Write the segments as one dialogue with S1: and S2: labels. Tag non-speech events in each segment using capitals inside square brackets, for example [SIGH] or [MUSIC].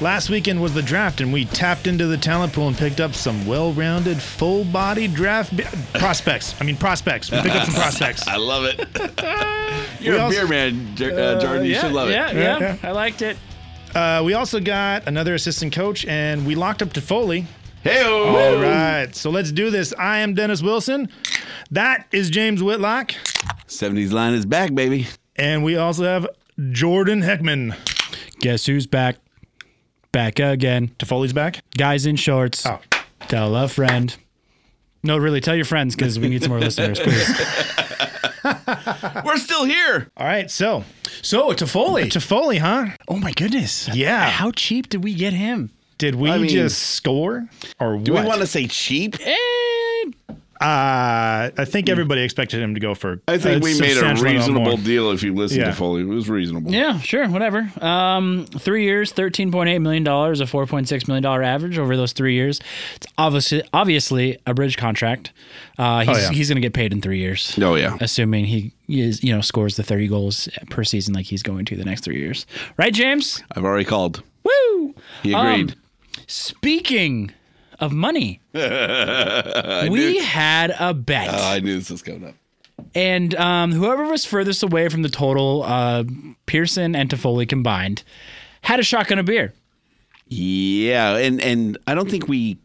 S1: Last weekend was the draft, and we tapped into the talent pool and picked up some well rounded, full bodied draft bi- prospects. I mean, prospects. We picked up some prospects.
S2: I love it. You're
S1: We
S2: a
S1: also-
S2: beer man, Jer- uh, Jordan. you should [LAUGHS] love
S3: yeah,
S2: it.
S3: Yeah,
S1: Yeah,
S3: I liked it.
S1: Uh, we also got another assistant coach, and we locked up to Foley.
S2: Hey,
S1: All right, so let's do this. I am Dennis Wilson. That is James Whitlock.
S2: 70s line is back, baby.
S1: And we also have Jordan Heckman.
S4: Guess who's back? Back again.
S1: To Foley's back.
S4: Guys in shorts.
S1: Oh.
S4: Tell a friend. No, really, tell your friends because we need some more listeners, please.
S2: [LAUGHS] We're still here.
S1: All right, so
S4: So, Toffoli.
S1: to Foley, huh?
S4: Oh, my goodness.
S1: Yeah.
S4: How cheap did we get him?
S1: Did we
S2: mean-
S1: just score or
S2: Do
S1: what?
S2: we want to say cheap?
S1: Uh, I think everybody expected him to go for.
S2: I think
S1: a
S2: we made a
S1: substantial amount
S2: reasonable
S1: more.
S2: deal if you listened
S1: Yeah.
S2: to Foley. It was reasonable.
S4: Yeah, sure, whatever. Um, three years, thirteen point eight million dollars, a four point six million dollar average over those three years. It's obviously obviously a bridge contract. Uh, he's
S1: yeah.
S4: he's going to get paid in three years.
S2: Oh, yeah.
S4: assuming he is you know scores the thirty goals per season like he's going to the next three years, right, James?
S2: I've already called.
S4: Woo!
S2: He agreed.
S4: Speaking of money, we had a bet.
S2: Oh, I knew this was coming up.
S4: And um, whoever was furthest away from the total, uh, Pearson and Toffoli combined, had a shotgun of beer.
S2: Yeah, and and I don't think we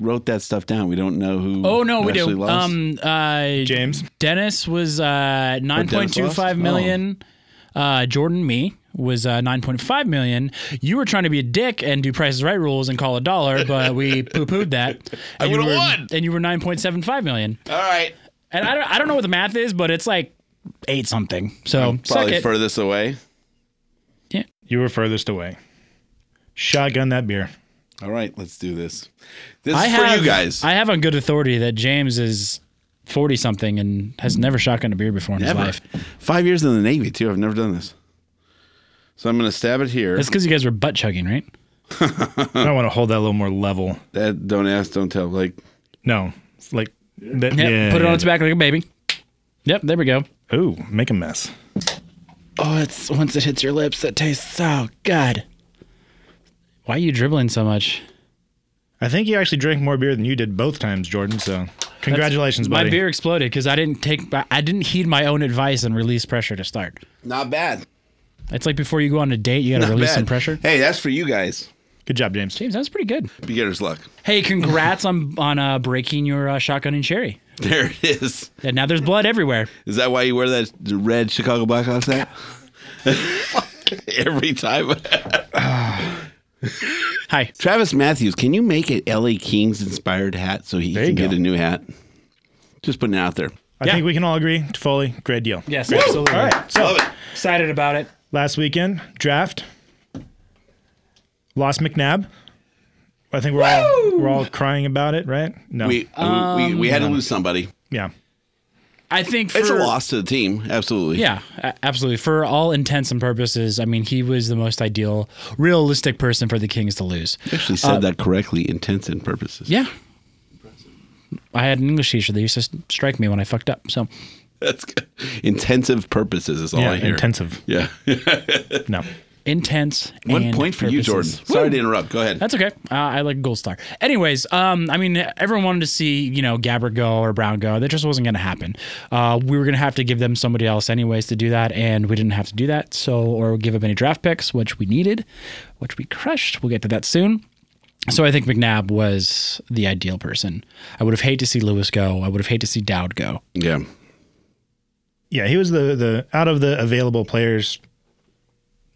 S2: wrote that stuff down. We don't know who.
S4: Oh no, we
S2: actually
S4: do.
S2: lost.
S4: Um, uh,
S1: James.
S4: Dennis was uh, nine point two
S2: lost? Oh.
S4: five million. Uh, Jordan, me was uh, nine point five million. You were trying to be a dick and do Price is Right rules and call a dollar, but
S2: [LAUGHS]
S4: we poo pooed that. I
S2: would've won.
S4: And you were nine point seven five million.
S2: All right.
S4: And I don't, I don't know what the math is, but it's like eight something. So suck
S2: Probably
S4: it.
S2: furthest away.
S1: You were furthest away. Shotgun that beer.
S2: All right, let's do this. This
S4: I
S2: is
S4: have
S2: for you guys.
S4: I have on good authority that James is forty something and has never shotgunned a beer before in
S2: Never.
S4: his life.
S2: Five years in the Navy too. I've never done this. So I'm gonna stab it here.
S4: That's because you guys were butt chugging, right?
S1: I want to hold that a little more level.
S2: That don't ask, don't tell. Like
S1: No, it's like
S4: Yep.
S1: that. yeah,
S4: Put it
S1: yeah.
S4: on its back like a baby. Yep, there we go.
S1: Ooh, make a mess.
S4: Oh, it's once it hits your lips, it tastes so good. Why are you dribbling so much?
S1: I think you actually drank more beer than you did both times, Jordan. So congratulations, buddy.
S4: My beer exploded because I didn't take I didn't heed my own advice and release pressure to start.
S2: not bad.
S4: It's like before you go on a date, you got to
S2: Not
S4: release
S2: bad.
S4: some pressure.
S2: Hey, that's for you guys.
S1: Good job, James.
S4: James, that was pretty good.
S2: Beginner's luck.
S4: Hey, congrats on on uh, breaking your uh, shotgun and cherry.
S2: There it is.
S4: And now there's blood everywhere.
S2: Is that why you wear that red Chicago Blackhawks [LAUGHS] hat? [LAUGHS] Every time.
S4: Hi.
S2: Travis Matthews, can you make an LA Kings inspired hat so he
S1: you
S2: can get
S1: go.
S2: a new hat? Just putting it out there.
S1: I
S4: Yeah.
S1: think we can all agree. Toffoli, great deal.
S4: Yes, absolutely.
S1: All right. So
S4: Excited about it.
S1: last weekend draft lost McNabb. I think we're all we're all crying about it, right? No.
S2: We, we we had to lose somebody.
S1: yeah.
S4: I think for,
S2: It's a loss to the team, absolutely.
S4: Yeah, a- absolutely. For all intents and purposes, I mean, he was the most ideal, realistic person for the Kings to lose.
S2: You actually said that correctly, intents and purposes.
S4: Yeah. I had an English teacher that used to s- strike me when I fucked up. So,
S2: That's good. Intensive purposes is all
S1: Yeah,
S2: I hear.
S1: intensive.
S2: Yeah.
S1: No.
S4: intents.
S2: [LAUGHS] One
S4: and
S2: point for you, Jordan.
S4: purposes.
S2: Sorry to interrupt. Go ahead.
S4: That's okay. Uh, I like a gold star. Anyways, um, I mean, everyone wanted to see you know Gabbert go or Brown go. That just wasn't going to happen. Uh, we were going to have to give them somebody else anyways to do that, and we didn't have to do that. So, or give up any draft picks, which we needed, which we crushed. We'll get to that soon. So I think McNabb was the ideal person. I would have hated to see Lewis go. I would have hated to see Dowd go.
S2: yeah.
S1: Yeah, he was the the out of the available players,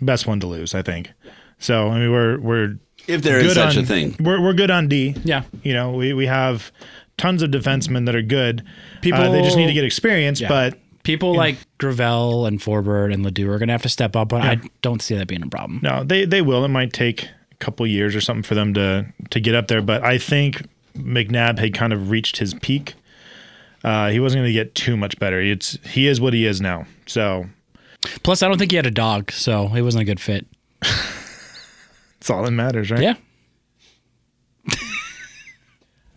S1: best one to lose, I think. So I mean, we're we're
S2: If there is
S1: good
S2: such
S1: on-
S2: a thing.
S1: We're we're good on D.
S4: Yeah.
S1: you know, we we have tons of defensemen that are good. People they just need to
S4: People-
S1: get experience,
S4: Yeah.
S1: but
S4: People like Gravel and Forbert and Ledoux are going to have to step up, but I don't see that being a problem.
S1: No, they they will. It might take a couple years or something for them to to get up there, but I think McNabb had kind of reached his peak. Uh, he wasn't going to get too much better. It's he is what he is now. So
S4: Plus, I don't think he had a dog, so it wasn't a good fit.
S1: that's all that matters, right?
S4: Yeah.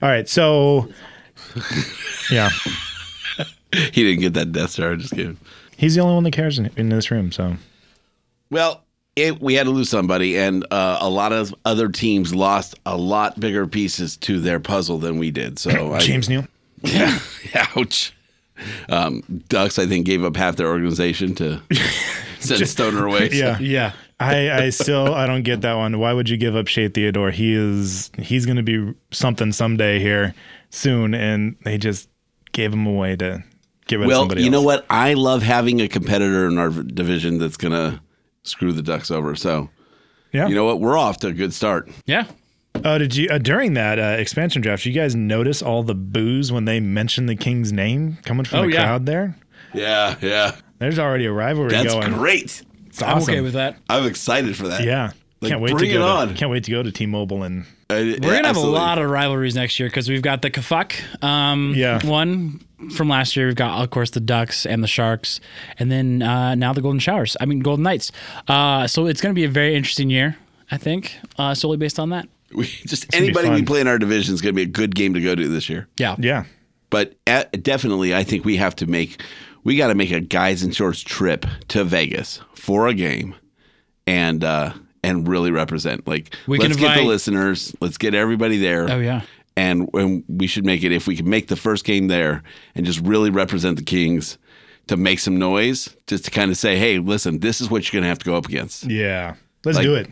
S1: All right. So [LAUGHS] yeah,
S2: [LAUGHS] He didn't get that Death Star. Just kidding.
S1: he's the only one that cares in, in this room. So
S2: Well, it, we had to lose somebody, and uh, a lot of other teams lost a lot bigger pieces to their puzzle than we did. So,
S1: [LAUGHS]
S2: I-
S1: James Neal.
S2: [LAUGHS] ouch. Um, Ducks, I think, gave up half their organization
S1: [LAUGHS]
S2: to send Stoner away.
S1: Yeah.
S4: Yeah.
S1: I, I still I don't get that one. Why would you give up Shea Theodore? He is he's going to be something someday here soon, and they just gave him away to get rid of
S2: Well,
S1: somebody.
S2: you
S1: else.
S2: know what? I love having a competitor in our v- division that's going to screw the Ducks over. So,
S1: Yeah.
S2: you know what? We're off to a good start.
S4: Yeah.
S1: Oh, did you uh, during that uh, expansion draft? You guys notice all the boos when they mention the king's name coming from
S4: Oh,
S1: the
S4: yeah.
S1: crowd there?
S2: Yeah, yeah.
S1: There's already a rivalry
S2: That's
S1: going.
S2: great.
S1: It's awesome.
S4: I'm okay with that.
S2: I'm excited for that.
S1: Yeah,
S2: Like,
S1: can't wait
S2: bring
S1: to go.
S2: it
S1: to-
S2: on.
S1: Can't wait to go to T-Mobile and
S2: We're
S4: We're gonna have a lot of rivalries next year because we've got the Kafuk um,
S1: Yeah.
S4: one from last year. We've got, of course, the Ducks and the Sharks, and then uh, now the Golden Showers. I mean, Golden Knights. Uh, so it's gonna be a very interesting year, I think, uh, solely based on that.
S2: We, [LAUGHS] just
S1: gonna be
S2: anybody we
S1: fun.
S2: play in our division is going to be a good game to go to this year.
S4: Yeah.
S1: yeah,
S2: But a definitely, I think we have to make we got to make a guys and shorts trip to Vegas for a game, and uh and really represent. Like
S4: We can
S2: let's get the
S4: invite-
S2: listeners, let's get everybody there.
S4: Oh yeah.
S2: and, and we should make it if we can make the first game there and just really represent the Kings to make some noise, just to kind of say, hey, listen, this is what you're going to have to go up against.
S1: yeah. Let's
S2: Like-
S1: do it.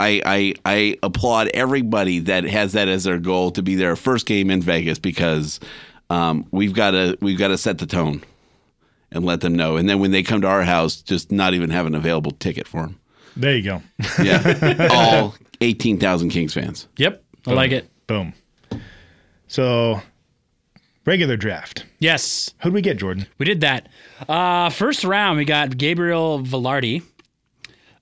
S2: I, I I applaud everybody that has that as their goal to be their first game in Vegas because um, we've got to we've got to set the tone and let them know. And then when they come to our house, just not even have an available ticket for them.
S1: There you go. [LAUGHS]
S2: Yeah, all eighteen thousand Kings fans.
S4: Yep. I like it.
S1: Boom. So, regular draft.
S4: Yes.
S1: Who'd we get, Jordan?
S4: We did that. Uh, first round, we got Gabriel Velarde.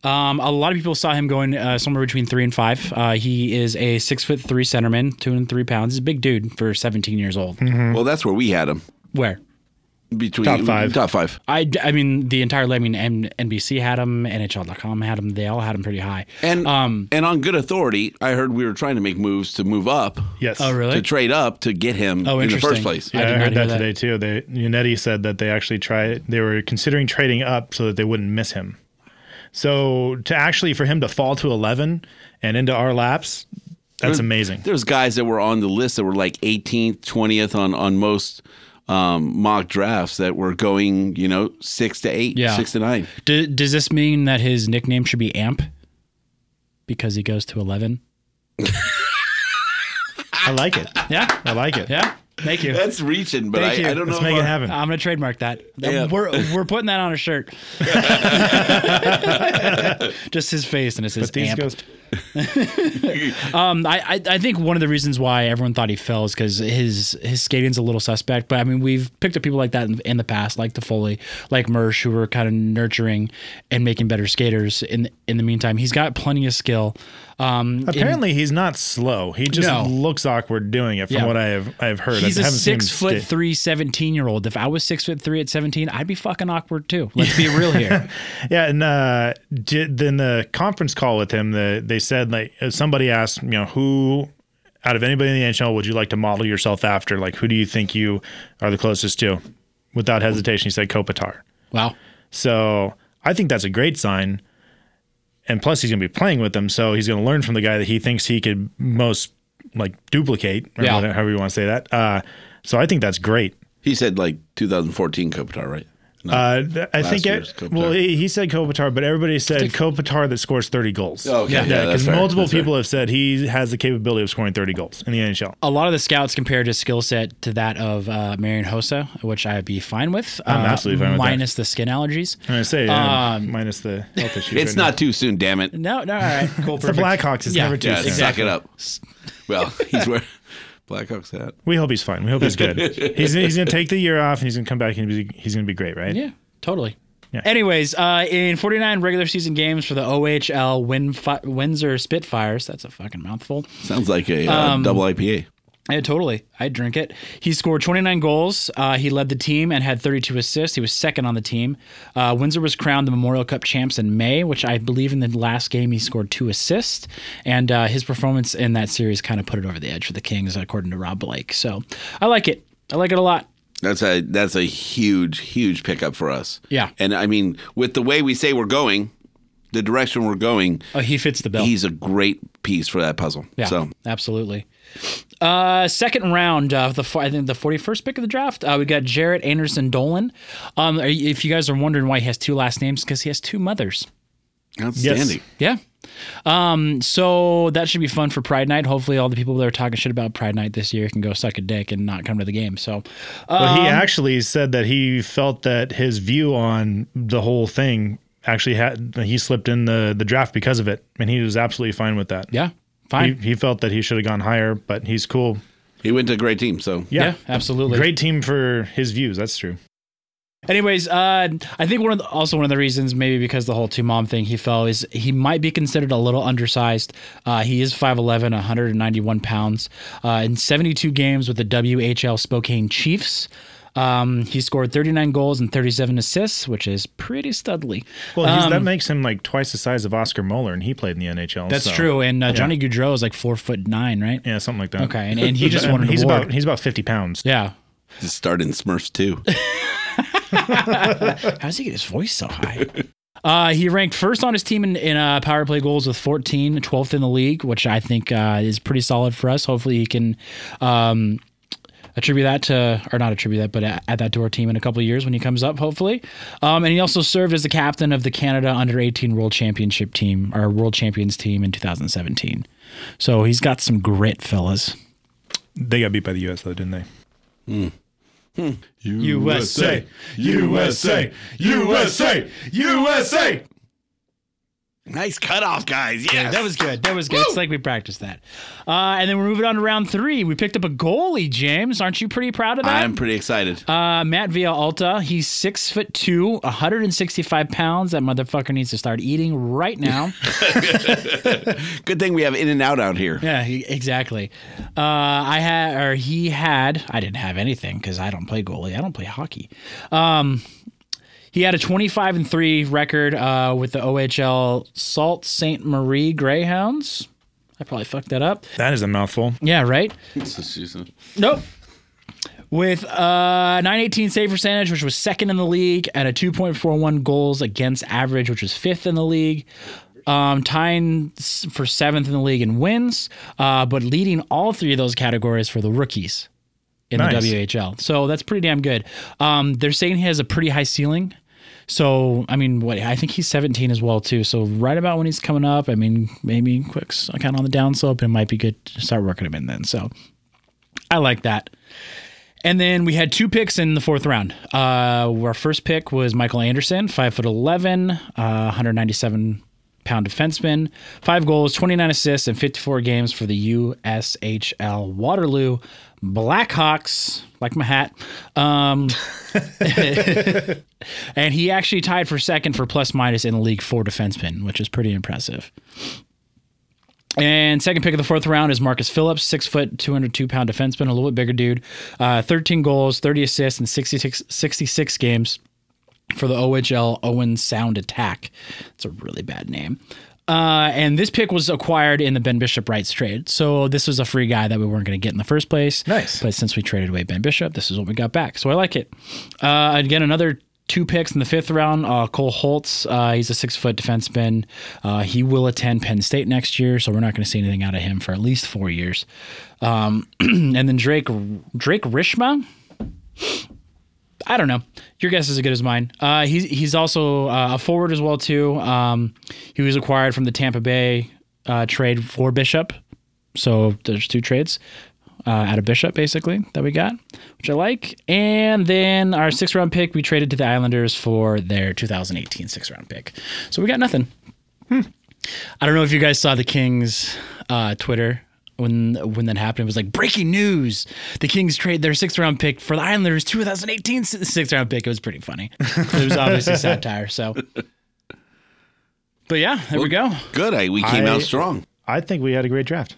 S4: Um, a lot of people saw him going uh, somewhere between three and five. Uh, he is a six foot three centerman, two and three pounds. He's a big dude for 17 years old.
S2: Well, that's where we had them
S4: Where?
S2: between
S1: Hmm. Top five.
S2: Top five.
S4: I, I mean, the entire, I mean, N- NBC had him, NHL.com had him. They all had him pretty high.
S2: And
S4: Um,
S2: and on good authority, I heard we were trying to make moves to move up,
S1: Yes.
S4: oh, really?
S2: to trade up to get him
S4: Oh,
S2: in the first
S4: interesting.
S2: place.
S4: I
S1: Yeah, I,
S4: did not
S1: heard
S4: hear
S1: that,
S4: that.
S1: today too. They Unetti said that they actually tried. They were considering trading up so that they wouldn't miss him. So to actually for him to fall to eleven and into our laps,
S4: Mm.
S1: that's amazing.
S2: There's guys that were on the list that were like 18th, 20th on on most um, mock drafts that were going, you know, six to eight,
S4: Yeah.
S2: six to nine.
S4: D- does this mean that his nickname should be Amp? Because he goes to 11?
S1: I like it.
S4: Yeah.
S1: I like it.
S4: Yeah. Thank you.
S2: That's reaching, but
S1: Thank
S2: I,
S1: you.
S2: I don't
S1: Let's
S2: know.
S1: make
S2: if
S1: it
S2: our-
S1: happen.
S4: I'm gonna trademark that.
S2: Yeah.
S4: We're we're putting that on a shirt. Just his face and it says
S1: but these
S4: amp.
S1: goes.
S4: um, I, I I think one of the reasons why everyone thought he fell is because his his skating's a little suspect. But I mean, we've picked up people like that in, in the past, like DeFoley, like Mersh, who were kind of nurturing and making better skaters. In in the meantime, he's got plenty of skill. Um, in-
S1: Apparently he's not slow. He just
S4: No.
S1: looks awkward doing it. From
S4: Yeah.
S1: what I have, I have heard.
S4: He's
S1: I
S4: a
S1: haven't seen him
S4: six foot
S1: skate.
S4: three, 17 year old. If I was six foot three at 17, I'd be fucking awkward too. Let's be real
S1: [LAUGHS]
S4: here.
S1: Yeah, and uh, did, then the conference call with him, the, they said like uh, somebody asked, you know, who out of anybody in the NHL would you like to model yourself after? Like, who do you think you are the closest to? Without hesitation, he said Kopitar.
S4: Wow.
S1: So I think that's a great sign. and plus he's going to be playing with them, so he's going to learn from the guy that he thinks he could most like duplicate, or
S4: Yeah.
S1: whatever- however you want to say that. Uh, so I think that's great.
S2: He said like 2014 Kopitar, right? No.
S1: Uh, th- I
S2: Last
S1: think
S2: year's
S1: it,
S2: Kopitar.
S1: well he, he said Kopitar, but everybody said Kopitar that scores thirty goals.
S2: Oh, okay. Yeah. Yeah,
S1: yeah,
S2: that's
S1: because
S2: fair.
S1: multiple
S2: That's fair.
S1: people have said he has the capability of scoring thirty goals in the NHL.
S4: A lot of the scouts compared his skill set to that of uh, Marion Hossa, which I'd be fine with.
S1: I'm
S4: uh,
S1: absolutely fine with that.
S4: Minus the skin allergies.
S1: I'm gonna say yeah,
S4: Um,
S1: minus the health issues.
S2: it's
S1: right
S2: not too soon, damn it.
S4: No, no, all
S1: [LAUGHS]
S4: right. Cool.
S1: now. It's the Blackhawks. It's
S4: Yeah.
S1: never too
S2: Yeah,
S1: soon.
S2: suck it up. Well, [LAUGHS] he's wearing Blackhawks hat.
S1: We hope he's fine. We hope
S4: [LAUGHS]
S1: he's good. he's he's gonna take the year off and he's gonna come back and he's, he's gonna be great, right?
S4: Yeah, totally. Anyways, uh, in 49 regular season games for the OHL Win- Fi- Windsor Spitfires, that's a fucking mouthful.
S2: Sounds like a uh,
S1: Um,
S2: double IPA.
S4: Yeah, totally. I'd drink it. He scored 29 goals. Uh, he led the team and had 32 assists. He was second on the team. Uh, Windsor was crowned the Memorial Cup champs in May, which I believe in the last game he scored two assists. And uh, his performance in that series kind of put it over the edge for the Kings, according to Rob Blake. So I like it. I like it a lot.
S2: That's a that's a huge huge pickup for us.
S4: Yeah.
S2: and I mean with the way we say we're going, the direction we're going,
S4: Oh, he fits the bill.
S2: he's a great piece for that puzzle.
S4: Yeah,
S2: So
S4: absolutely. Uh, second round of the fo- I think the forty first pick of the draft. Uh, we got Jarrett Anderson Dolan. Um, are you- if you guys are wondering why he has two last names, because he has two mothers.
S2: outstanding.
S4: Yeah. Um, so that should be fun for Pride Night. Hopefully, all the people that are talking shit about Pride Night this year can go suck a dick and not come to the game. So, uh,
S1: But he actually said that he felt that his view on the whole thing actually had he slipped in the the draft because of it, and he was absolutely fine with that.
S4: yeah,
S1: He,
S4: fine.
S1: he felt that he should have gone higher, but he's cool.
S2: He went to a great team. So
S1: Yeah.
S4: yeah, absolutely.
S1: Great team for his views. That's true.
S4: Anyways, uh, I think one of the, also one of the reasons, maybe because the whole two mom thing, he fell is he might be considered a little undersized. Uh, he is 5'11", 191 pounds. Uh, in 72 games with the WHL Spokane Chiefs, um, he scored 39 goals and 37 assists, which is pretty studly. Um,
S1: Well, he's, that makes him like twice the size of Oscar Moeller, and he played in the NHL.
S4: That's
S1: so-
S4: true. And uh, Johnny Goudreau is like four foot nine, right?
S1: Yeah, something like that.
S4: Okay, and- and he just wanted an
S1: he's
S4: award.
S1: about he's about fifty pounds.
S4: Yeah.
S2: just start in Smurfs too.
S4: How does he get his voice so high? [LAUGHS] Uh, he ranked first on his team in, in uh, power play goals with 14, 12th in the league, which I think uh, is pretty solid for us. Hopefully, he can um, attribute that to, or not attribute that, but a- add that to our team in a couple of years when he comes up, hopefully. Um, and he also served as the captain of the Canada Under 18 World Championship team, or World Champions team in 2017. So he's got some grit, fellas.
S1: They got beat by the U.S. though, didn't they?
S5: USA, USA, USA, USA.
S2: nice cutoff, guys. Yeah,
S4: That was good. That was good. It's like we practiced that. Uh, and then we're moving on to round three. We picked up a goalie, James. Aren't you pretty proud of that?
S2: I'm pretty excited.
S4: Uh, Matt Villalta. He's six foot two, 165 pounds. That motherfucker needs to start eating right now.
S2: good thing we have In and Out out here.
S4: [LAUGHS] yeah, he- exactly. Uh, I had, or he had. I didn't have anything because I don't play goalie. I don't play hockey. Um, he had a 25 and three record uh, with the OHL Salt Saint Marie Greyhounds. I probably fucked that up.
S1: That is a mouthful.
S4: Yeah, right.
S2: That's
S4: Nope. With uh 918 save percentage, which was second in the league, and a 2.41 goals against average, which was fifth in the league, um, tying s- for seventh in the league in wins, uh, but leading all three of those categories for the rookies in
S1: Nice.
S4: the WHL. So that's pretty damn good. Um, they're saying he has a pretty high ceiling. So I mean, what I think he's 17 as well too. So right about when he's coming up, I mean, maybe quick's kind of on the downslope, it might be good to start working him in then. So I like that. And then we had two picks in the fourth round. Uh, our first pick was Michael Anderson, five foot eleven, uh, 197 pound defenseman, five goals, 29 assists, and 54 games for the USHL Waterloo Blackhawks. Like my hat. Um, [LAUGHS] and he actually tied for second for plus minus in the league for defensemen, which is pretty impressive. And second pick of the fourth round is Marcus Phillips, six foot, 202 pound defenseman, a little bit bigger dude. Uh, 13 goals, 30 assists, and 66, 66 games for the OHL Owen Sound Attack. It's a really bad name. Uh, and this pick was acquired in the Ben Bishop rights trade. So this was a free guy that we weren't going to get in the first place.
S1: Nice.
S4: But since we traded away Ben Bishop, this is what we got back. So I like it. Uh, again, another two picks in the fifth round. Uh, Cole Holtz, uh, he's a six foot defenseman. Uh, he will attend Penn State next year, so we're not going to see anything out of him for at least four years. Um, [CLEARS THROAT] and then Drake Drake Rishma. I don't know. Your guess is as good as mine. Uh, he's he's also uh, a forward as well too. Um, he was acquired from the Tampa Bay uh, trade for Bishop. So there's two trades uh, out of Bishop basically that we got, which I like. And then our sixth round pick we traded to the Islanders for their 2018 sixth round pick. So we got nothing. I don't know if you guys saw the Kings uh, Twitter when when that happened. It was like breaking news: the Kings trade their sixth round pick for the Islanders' 2018 s- sixth round pick. It was pretty funny. it was
S2: [LAUGHS]
S4: obviously satire. So, but yeah, there we go.
S2: Good. I, we came
S6: I-
S2: out strong.
S6: I think we had a great draft.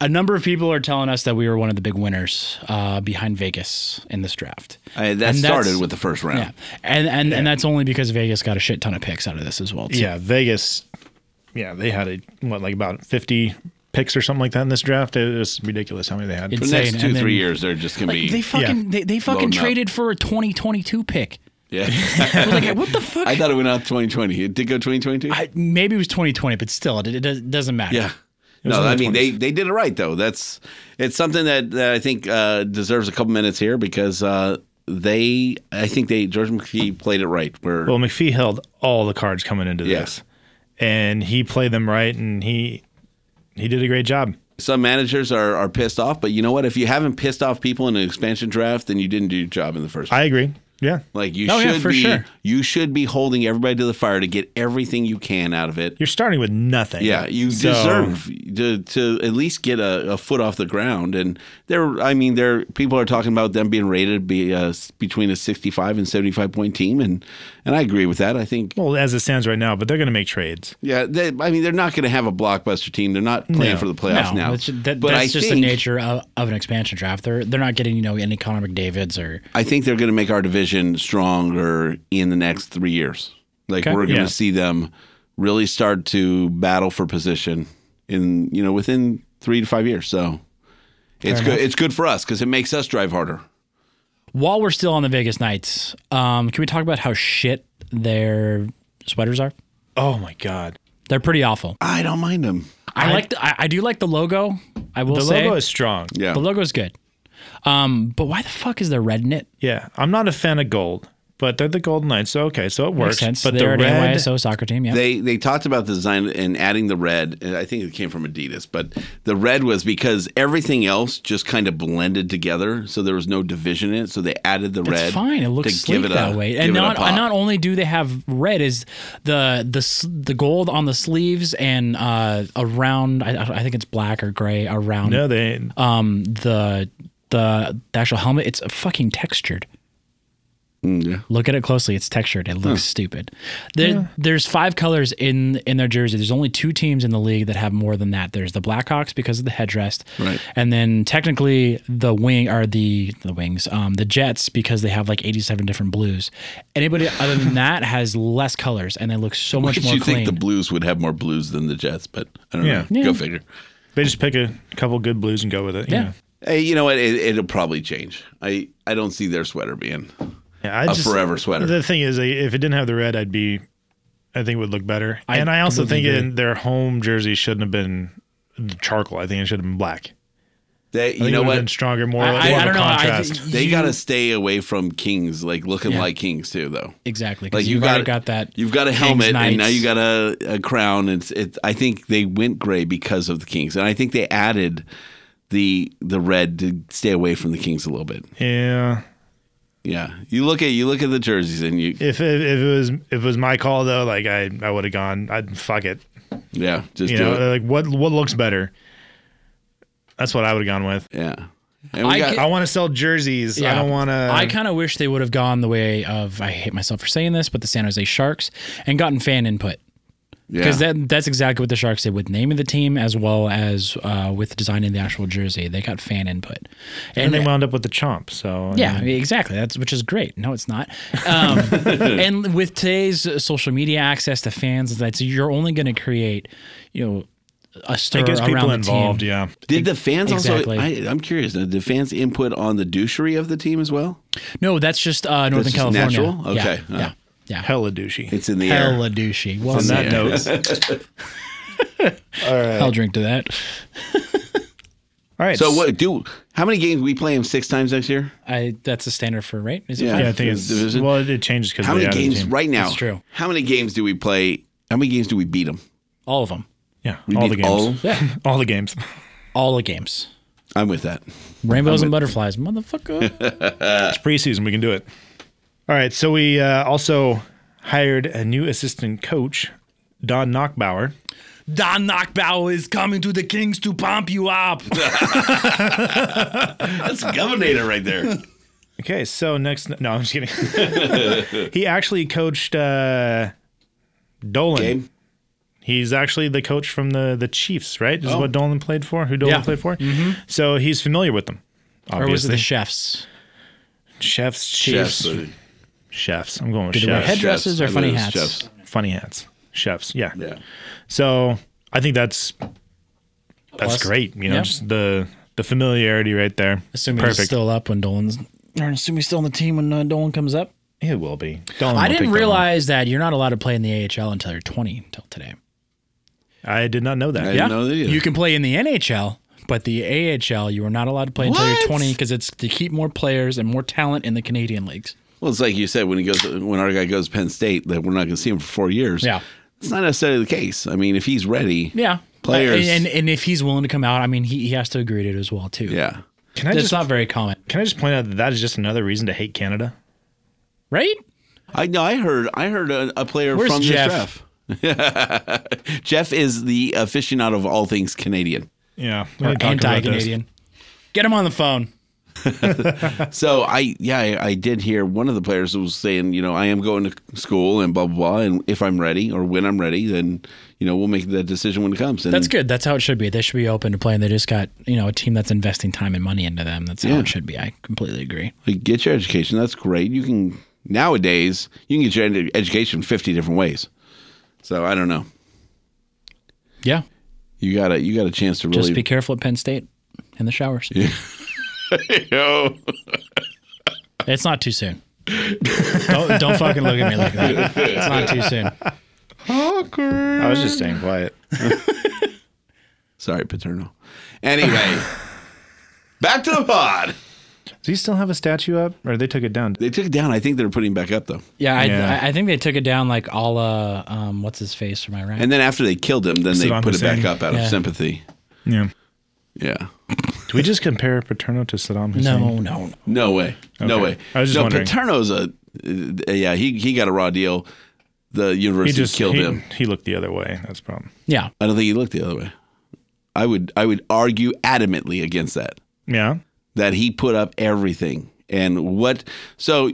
S4: A number of people are telling us that we were one of the big winners uh, behind Vegas in this draft.
S2: I, that
S4: And that's-
S2: started with the first round.
S4: Yeah, and and, and that's only because Vegas got a shit ton of picks out of this as well. Too.
S6: Yeah, Vegas. Yeah, they had a what like about fifty picks or something like that in this draft. It was ridiculous how many they had.
S4: It's-
S2: The next
S4: Insane,
S2: two,
S4: and then-
S2: three years, they're just going to
S4: Like,
S2: be.
S4: they fucking they, they fucking
S2: Loading up.
S4: traded for a 2022 pick.
S2: [LAUGHS] yeah.
S4: [LAUGHS] I was like, what the fuck?
S2: I thought it went out 2020. It did go 2022?
S4: I, maybe it was 2020, but still, it, it does- doesn't matter.
S2: Yeah.
S6: was
S2: No,
S6: in the
S2: I mean
S6: 20s.
S2: they, they did it right though. That's it's something that, that I think uh, deserves a couple minutes here because uh, they I think they George McPhee played it right. Where
S1: Well, McPhee held all the cards coming into
S2: Yeah.
S1: this, and he played them right, and he he did a great job.
S2: some managers are, are pissed off, but you know what? If you haven't pissed off people in an expansion draft, then you didn't do your job in the first. place.
S1: I agree. Yeah,
S2: like you
S4: Oh,
S2: should
S4: yeah, for
S2: be
S4: sure.
S2: you should be holding everybody to the fire to get everything you can out of it.
S1: you're starting with nothing.
S2: Yeah, you
S1: So-
S2: deserve to, to at least get a, a foot off the ground. And there, I mean, there people are talking about them being rated be uh, s- between a sixty-five and seventy-five point team, and and I agree with that. I think,
S1: Well, as it stands right now, but they're going to make trades.
S2: yeah, they, I mean, they're not going to have a blockbuster team. They're not playing
S1: No.
S2: for the
S4: No,
S2: playoffs now.
S4: that's, that,
S2: but
S4: that's
S2: I
S4: just
S2: think,
S4: the nature of, of an expansion draft. They're they're not getting you know any Connor McDavid's or
S2: I think they're going to make our division stronger in the next three years. Like
S4: Okay.
S2: we're going to
S1: Yeah.
S2: see them really start to battle for position in you know within three to five years. So it's good. It's good for us because it makes us drive harder.
S4: while we're still on the Vegas Knights. Um, can we talk about how shit their sweaters are?
S1: Oh my God,
S4: They're pretty awful. I,
S2: I don't mind them.
S4: like the, I, I do like the logo. I will
S1: the
S4: say
S1: logo is strong.
S2: Yeah.
S4: the logo's good. Um, but why the fuck is there red in it?
S1: Yeah, I'm not a fan of gold, but they're the Golden Knights, so okay, so it
S4: Makes
S1: works.
S4: sense.
S1: But
S4: they're
S1: the
S4: an
S1: red,
S4: NYSO soccer team. Yeah,
S2: They they talked about the design and adding the red. And I think it came from Adidas, but the red was because everything else just kind of blended together, so there was no division in it. So they added the red.
S4: It's fine. It looks
S2: to give
S4: sleek
S2: it a-
S4: that way. And
S2: give it a
S4: not
S2: pop.
S4: and not only do they have red is the the s- the gold on the sleeves and uh around I, I think it's black or gray around
S1: no, they
S4: um the the the actual helmet it's fucking textured.
S2: Mm,
S4: Look at it closely. It's textured. It looks stupid. There, There's five colors in in their jersey. There's only two teams in the league that have more than that. There's the Blackhawks because of the headrest,
S2: Right.
S4: And then technically the wing are the the wings, um, the Jets because they have like 87 different blues. Anybody other than that has less colors and they look so much
S2: Did
S4: more
S2: you
S4: clean.
S2: think the Blues would have more blues than the Jets? But I don't
S1: Yeah.
S2: know.
S4: Yeah.
S2: Go figure.
S1: they just pick a couple good blues and go with it. you
S4: Yeah.
S1: know.
S2: Hey, you know what? It, it'll probably change. I I don't see their sweater being.
S1: Yeah, I
S2: A forever sweater.
S1: The thing is, like, if it didn't have the red, I'd be, I think it would look better.
S4: I
S1: and I also think
S4: completely
S1: in their home jersey shouldn't have been charcoal. I think it should have been black.
S2: They,
S1: I
S2: you
S1: think it
S2: know
S1: would have
S2: what?
S1: been stronger, more,
S4: I,
S1: more
S4: I, I
S1: of a
S4: don't know. I,
S1: contrast.
S2: they
S4: you-
S2: gotta stay away from Kings, like looking
S4: Yeah.
S2: like Kings too, though.
S4: exactly 'cause
S2: Like you
S4: you've already
S2: got,
S4: got that.
S2: You've got a
S4: Kings
S2: helmet, and now
S4: Knights.
S2: you got a, a crown. It's it. I think they went gray because of the Kings, and I think they added the the red to stay away from the Kings a little bit.
S1: yeah.
S2: Yeah, you look at you look at the jerseys, and you
S1: If, if if it was if it was my call though, like I I would have gone. I'd fuck it.
S2: yeah, just
S1: You
S2: do
S1: know, uh,
S2: it.
S1: like what what looks better. That's what I would have gone with.
S2: Yeah, and we
S4: I
S2: got
S4: could-
S1: I want to sell jerseys. I
S4: Yeah.
S1: don't want to.
S4: I kind of wish they would have gone the way of I hate myself for saying this, but the San Jose Sharks and gotten fan input
S2: yeah.
S4: because that that's exactly what the Sharks did with naming the team as well as uh, with designing the actual jersey. They got fan input,
S1: and they wound up with the chomp. So I
S4: yeah,
S1: mean,
S4: exactly. That's which is great. No, it's not.
S6: [LAUGHS]
S4: Um, and with today's social media access to fans, that's you're only going to create, you know, a stir
S6: It gets
S4: around
S6: people
S4: the
S6: involved.
S4: team.
S6: Yeah.
S2: Did the fans
S4: Exactly.
S2: also? I, I'm curious. Did the fans input on the douchery of the team as well?
S4: No, that's just uh, Northern
S2: just
S4: California.
S2: natural? Okay.
S4: Yeah.
S2: Uh.
S4: yeah. yeah.
S6: Hella douchey.
S2: It's in the air.
S4: Hella douchey. Well,
S6: On that
S4: said.
S6: note, all
S4: I'll drink to that.
S6: right.
S2: So what do? How many games we play them six times next year?
S4: I that's the standard for right. Is it
S2: Yeah.
S4: five?
S6: Yeah, I think it's
S2: Division?
S6: well, it changes because
S2: How many games
S6: Team.
S2: right now?
S4: That's true.
S2: How many games do we play? How many games do we beat them?
S4: all of them?
S6: Yeah,
S2: We
S6: all
S2: beat
S6: the games.
S2: all?
S6: All?
S4: Yeah,
S6: the games.
S4: all the games.
S2: I'm
S4: [LAUGHS]
S2: with that.
S4: Rainbows and butterflies, motherfucker.
S6: It's preseason. We can do it. All right. So we uh, also hired a new assistant coach, Don Knockbauer.
S4: Don Knockbow is coming to the Kings to pump you up.
S2: That's a governor right there.
S4: [LAUGHS]
S6: Okay. So next, no, I'm just kidding.
S4: [LAUGHS]
S6: he actually coached uh, Dolan.
S2: Game.
S6: He's actually the coach from the the Chiefs, right? Is what Dolan played for. Who Dolan
S4: Oh. Yeah. Mm-hmm.
S6: played for? So he's familiar with them.
S4: or was
S6: Obviously,
S4: it the chefs?
S6: chefs,
S2: Chefs.
S6: chiefs, chefs. I'm going with
S4: Did they wear
S6: chefs.
S4: headdresses
S2: Chefs.
S4: or
S2: I
S4: funny
S2: believe
S4: hats?
S2: it's chefs.
S6: Funny hats, chefs. Yeah.
S2: Yeah.
S6: So I think that's that's
S4: Plus.
S6: great. You know,
S4: Yeah.
S6: just the the familiarity right there.
S4: Assuming he's
S6: perfect.
S4: still up when Dolan's. Or assuming he's still on the team when uh, Dolan comes up.
S6: it will be. Dolan
S4: I
S6: will pick
S4: didn't
S6: that
S4: realize that you're not allowed to play in the AHL until you're 20 until today.
S6: one. I did not know that.
S2: I didn't know that either.
S4: You can play in the NHL, but the AHL you are not allowed to play until you're
S2: What?
S4: 20 because it's to keep more players and more talent in the Canadian leagues.
S2: Well, it's like you said when he goes when our guy goes to Penn State that we're not going to see him for four years.
S4: Yeah.
S2: it's not necessarily the case. I mean, if he's ready,
S4: Yeah,
S2: Players.
S4: and, and if he's willing to come out, I mean, he, he has to agree to it as well too.
S2: yeah.
S6: Can I
S4: that's
S6: just
S4: not very common,
S6: can I just point out that that is just another reason to hate Canada?
S4: right?
S2: I know. I heard. I heard a, a player
S4: Where's
S2: from
S4: Jeff?
S2: the Jeff. [LAUGHS] Jeff is the aficionado of all things Canadian.
S6: Yeah,
S4: Anti-Canadian. Get him on the phone.
S2: So I, yeah, I, I did hear one of the players was saying, you know, I am going to school and blah blah blah, and if I'm ready or when I'm ready, then you know we'll make that decision when it comes. And
S4: That's good. That's how it should be. They should be open to playing. They just got you know a team that's investing time and money into them. That's how
S2: Yeah.
S4: it should be. I completely agree.
S2: Like, get your education. That's great. You can nowadays you can get your ed- education fifty different ways. So I don't know.
S4: Yeah,
S2: You got a you got a chance to
S4: just
S2: really
S4: be careful at Penn State in the showers.
S2: [LAUGHS] Yo.
S4: It's not too soon. [LAUGHS] don't, don't fucking look at me like that. It's not too soon.
S6: I was just staying quiet.
S2: Sorry, paternal. Anyway, [LAUGHS] back to the pod.
S6: Does he still have a statue up, or they took it down?
S2: They took it down. I think they're putting it back up though.
S4: Yeah, I,
S6: Yeah.
S4: I, I think they took it down like all uh, um, what's his face from Iraq.
S2: And then after they killed him, then they
S6: Saddam
S2: put it back
S6: Hussein.
S2: up out
S4: Yeah.
S2: of sympathy.
S6: Yeah.
S2: Yeah.
S6: Do we just compare Paterno to Saddam Hussein?
S4: no, no, no.
S2: No way. No
S6: Okay.
S2: way.
S6: I was just
S2: no,
S6: wondering.
S2: Paterno's a uh, yeah. He he got a raw deal. The
S6: He
S2: university
S6: just
S2: killed
S6: he,
S2: him.
S6: He looked the other way. That's the problem.
S4: Yeah,
S2: I don't think he looked the other way. I would I would argue adamantly against that.
S6: Yeah.
S2: That he put up everything and what so.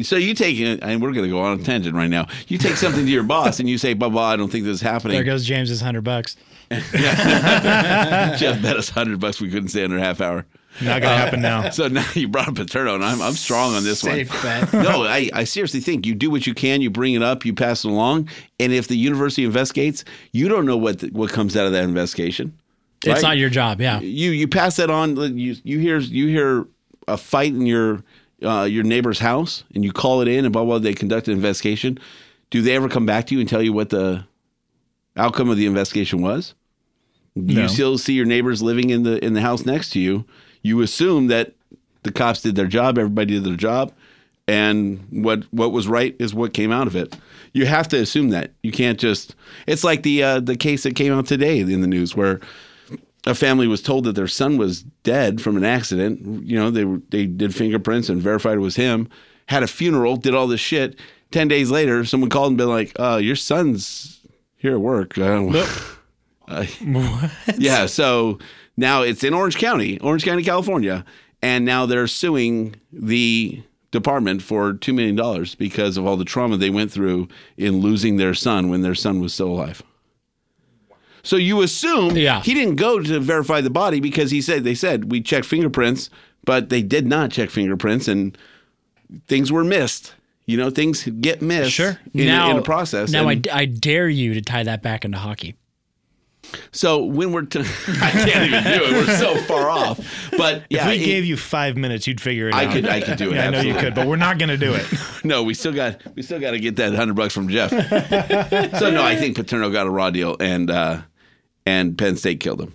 S2: So you take it, and we're going to go on a tangent right now. You take
S4: [LAUGHS]
S2: something to your boss, and you say, "Blah blah, I don't think this is happening."
S4: there goes James's hundred bucks.
S2: [LAUGHS] Jeff bet us hundred bucks we couldn't stay under a half hour.
S6: Not
S2: Uh,
S6: gonna happen
S2: [LAUGHS]
S6: now.
S2: So now you brought up Paterno, and I'm I'm strong on this
S4: Safe
S2: one.
S4: bet.
S2: [LAUGHS] no, I, I seriously think you do what you can, you bring it up, you pass it along, and if the university investigates, you don't know what the, what comes out of that investigation.
S4: It's
S2: Right.
S4: not your job. Yeah,
S2: You you pass that on. You you hear you hear a fight in your uh, your neighbor's house, and you call it in, and blah blah. They conduct an investigation. Do they ever come back to you and tell you what the outcome of the investigation was?
S6: No.
S2: You still see your neighbors living in the in the house next to you. You assume that the cops did their job, everybody did their job, and what what was right is what came out of it. You have to assume that. You can't just. It's like the uh, the case that came out today in the news where a family was told that their son was dead from an accident. You know, they were, they did fingerprints and verified it was him. Had a funeral, did all this shit. Ten days later, someone called and been like, uh, "Your son's here at work." Uh, [LAUGHS]
S4: [LAUGHS]
S2: uh, Yeah, so now it's in Orange County, Orange County, California, and now they're suing the department for two million dollars because of all the trauma they went through in losing their son when their son was still alive. So you assume
S4: Yeah.
S2: he didn't go to verify the body because he said they said we checked fingerprints, but they did not check fingerprints and things were missed. You know, things get missed in, a- in a process.
S4: Now I,
S2: and-
S4: I dare you to tie that back into hockey.
S2: So when we're, t- [LAUGHS] I can't even do it. We're so far off. But yeah,
S6: if we
S2: it-
S6: gave you five minutes, you'd figure it
S2: I
S6: out.
S2: could- I could do
S6: [LAUGHS]
S2: it,
S6: Yeah, I know you
S2: absolutely.
S6: could, but we're not going to
S2: [LAUGHS]
S6: do it.
S2: no, we still got we still got to get that hundred bucks from Jeff. so no, I think Paterno got a raw deal, and uh, and Penn State killed him.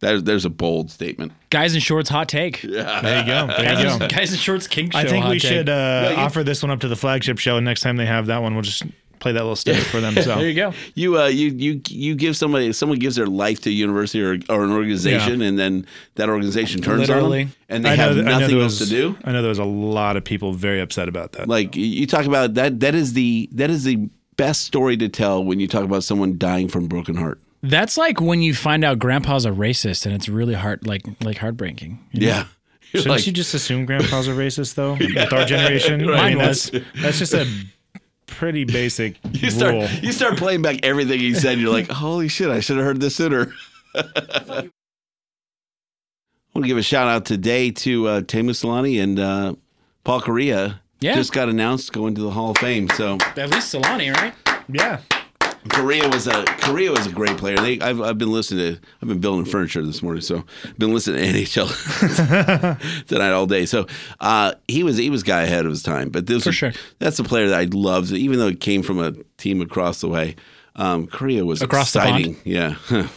S2: There's there's a bold statement.
S4: Guys in shorts, hot take.
S6: There you go. There you
S4: Guys,
S6: go.
S4: in- guys in shorts, king show.
S1: I think
S4: hot
S1: we
S4: take.
S1: should uh,
S2: you-
S1: offer this one up to the flagship show, and next time they have that one, we'll just play that little snippet for
S2: [LAUGHS]
S1: them. So
S4: There you go.
S2: You uh you you you give somebody someone gives their life to a university or, or an organization, and then that organization turns on
S4: Literally.
S2: them, and they have
S1: th-
S2: nothing
S1: there
S2: else
S1: was-
S2: to do.
S1: I know there was a lot of people very upset about that.
S2: Like you- you talk about that that is the that is the best story to tell when you talk about someone dying from a broken heart.
S4: That's like when you find out grandpa's a racist, and it's really heart like like heartbreaking.
S2: Yeah. [LAUGHS] You're
S1: Shouldn't
S2: like-
S1: you just assume grandpas are racist
S2: [LAUGHS]
S1: though? With our generation, I
S4: Mine
S1: mean,
S4: was.
S1: that's that's just a pretty basic
S2: [LAUGHS] You start
S1: rule.
S2: you start playing back everything he said. You're like, holy shit, I should have heard this sooner. [LAUGHS] I want to give a shout out today to uh, Tamu Solani and uh, Paul Correa.
S4: Yeah.
S2: Just got announced going to the Hall of Fame. So
S4: At least Solani, right?
S1: Yeah,
S2: Correa was a Correa was a great player. They, I've, I've been listening to I've been building furniture this morning, so I've been listening to [LAUGHS] NHL tonight all day. So uh, he was he was a guy ahead of his time. But this
S4: For
S2: was-
S4: sure.
S2: that's the player that I loved, even though it came from a team across the way. Um, Korea was
S4: Across the
S2: exciting. yeah, [LAUGHS]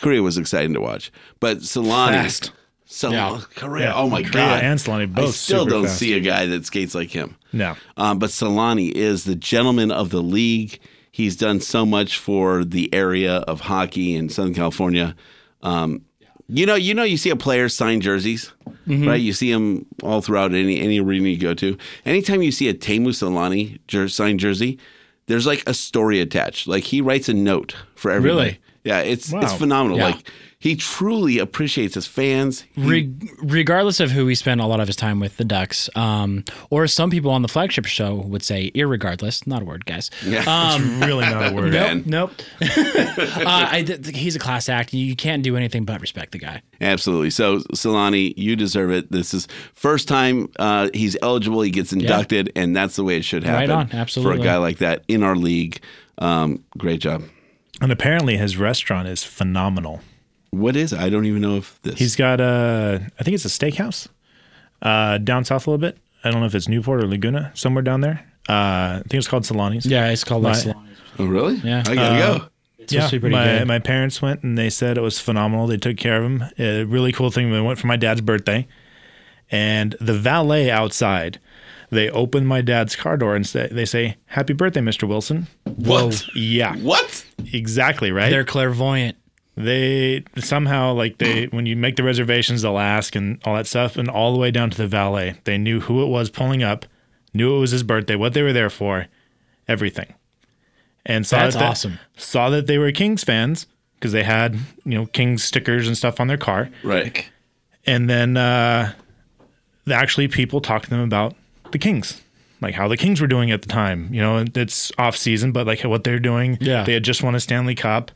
S2: Korea was exciting to watch. But Solani,
S4: Fast.
S2: Sol-
S4: Yeah.
S2: Korea.
S1: Yeah,
S2: Oh my
S1: Correa
S2: god,
S1: and Solani both
S2: I still
S1: super
S2: don't
S1: fast.
S2: see a guy that skates like him.
S1: no,
S2: Um, but Solani is the gentleman of the league. He's done so much for the area of hockey in Southern California. Um, you know, you know, you see a player sign jerseys,
S4: Mm-hmm.
S2: right? You see him all throughout any any arena you go to. Anytime you see a Tamu Solani jer- signed jersey, there's like a story attached. Like he writes a note for everybody.
S4: Really?
S2: Yeah, it's it's
S1: Wow.
S2: phenomenal.
S4: Yeah.
S2: Like he truly appreciates his fans. He-
S4: Re- regardless of who he spent a lot of his time with, the Ducks, um, or some people on the flagship show would say, irregardless, not a word, guys.
S2: Yeah.
S1: [LAUGHS]
S4: Um,
S1: really
S2: [LAUGHS]
S1: not a word.
S2: Man.
S4: nope. [LAUGHS] uh, I, th- th- he's a class act. You can't do anything but respect the guy.
S2: Absolutely. So, Solani, you deserve it. This is first time uh, he's eligible. He gets inducted, and that's the way it should happen.
S4: Right on. Absolutely.
S2: For a guy like that in our league, um, great job.
S1: And apparently, his restaurant is phenomenal.
S2: What is? I don't even know if this.
S1: He's got a, I think it's a steakhouse uh, down south a little bit. I don't know if it's Newport or Laguna, somewhere down there. Uh, I think it's called Solani's.
S4: Yeah, it's called like
S1: Right.
S4: Solani.
S2: oh really?
S4: Yeah.
S2: I gotta go.
S4: It's supposed to be pretty
S1: my,
S4: good.
S1: my parents went and they said it was phenomenal. They took care of him. A really cool thing. They went for my dad's birthday, and the valet outside, they opened my dad's car door and say, they say, "Happy birthday, Mr. Wilson."
S2: What?
S1: Yeah,
S2: What?
S1: exactly right.
S4: They're clairvoyant.
S1: they somehow like they when you make the reservations, they'll ask and all that stuff, and all the way down to the valet, they knew who it was pulling up, knew it was his birthday, what they were there for, everything. And saw
S4: That's
S1: that they-
S4: awesome.
S1: saw that they were Kings fans because they had you know Kings stickers and stuff on their car,
S2: Right.
S1: and then uh, actually people talked to them about the Kings, like how the Kings were doing at the time. You know, and it's off season, but like what they're doing.
S4: Yeah.
S1: they had just won a Stanley Cup.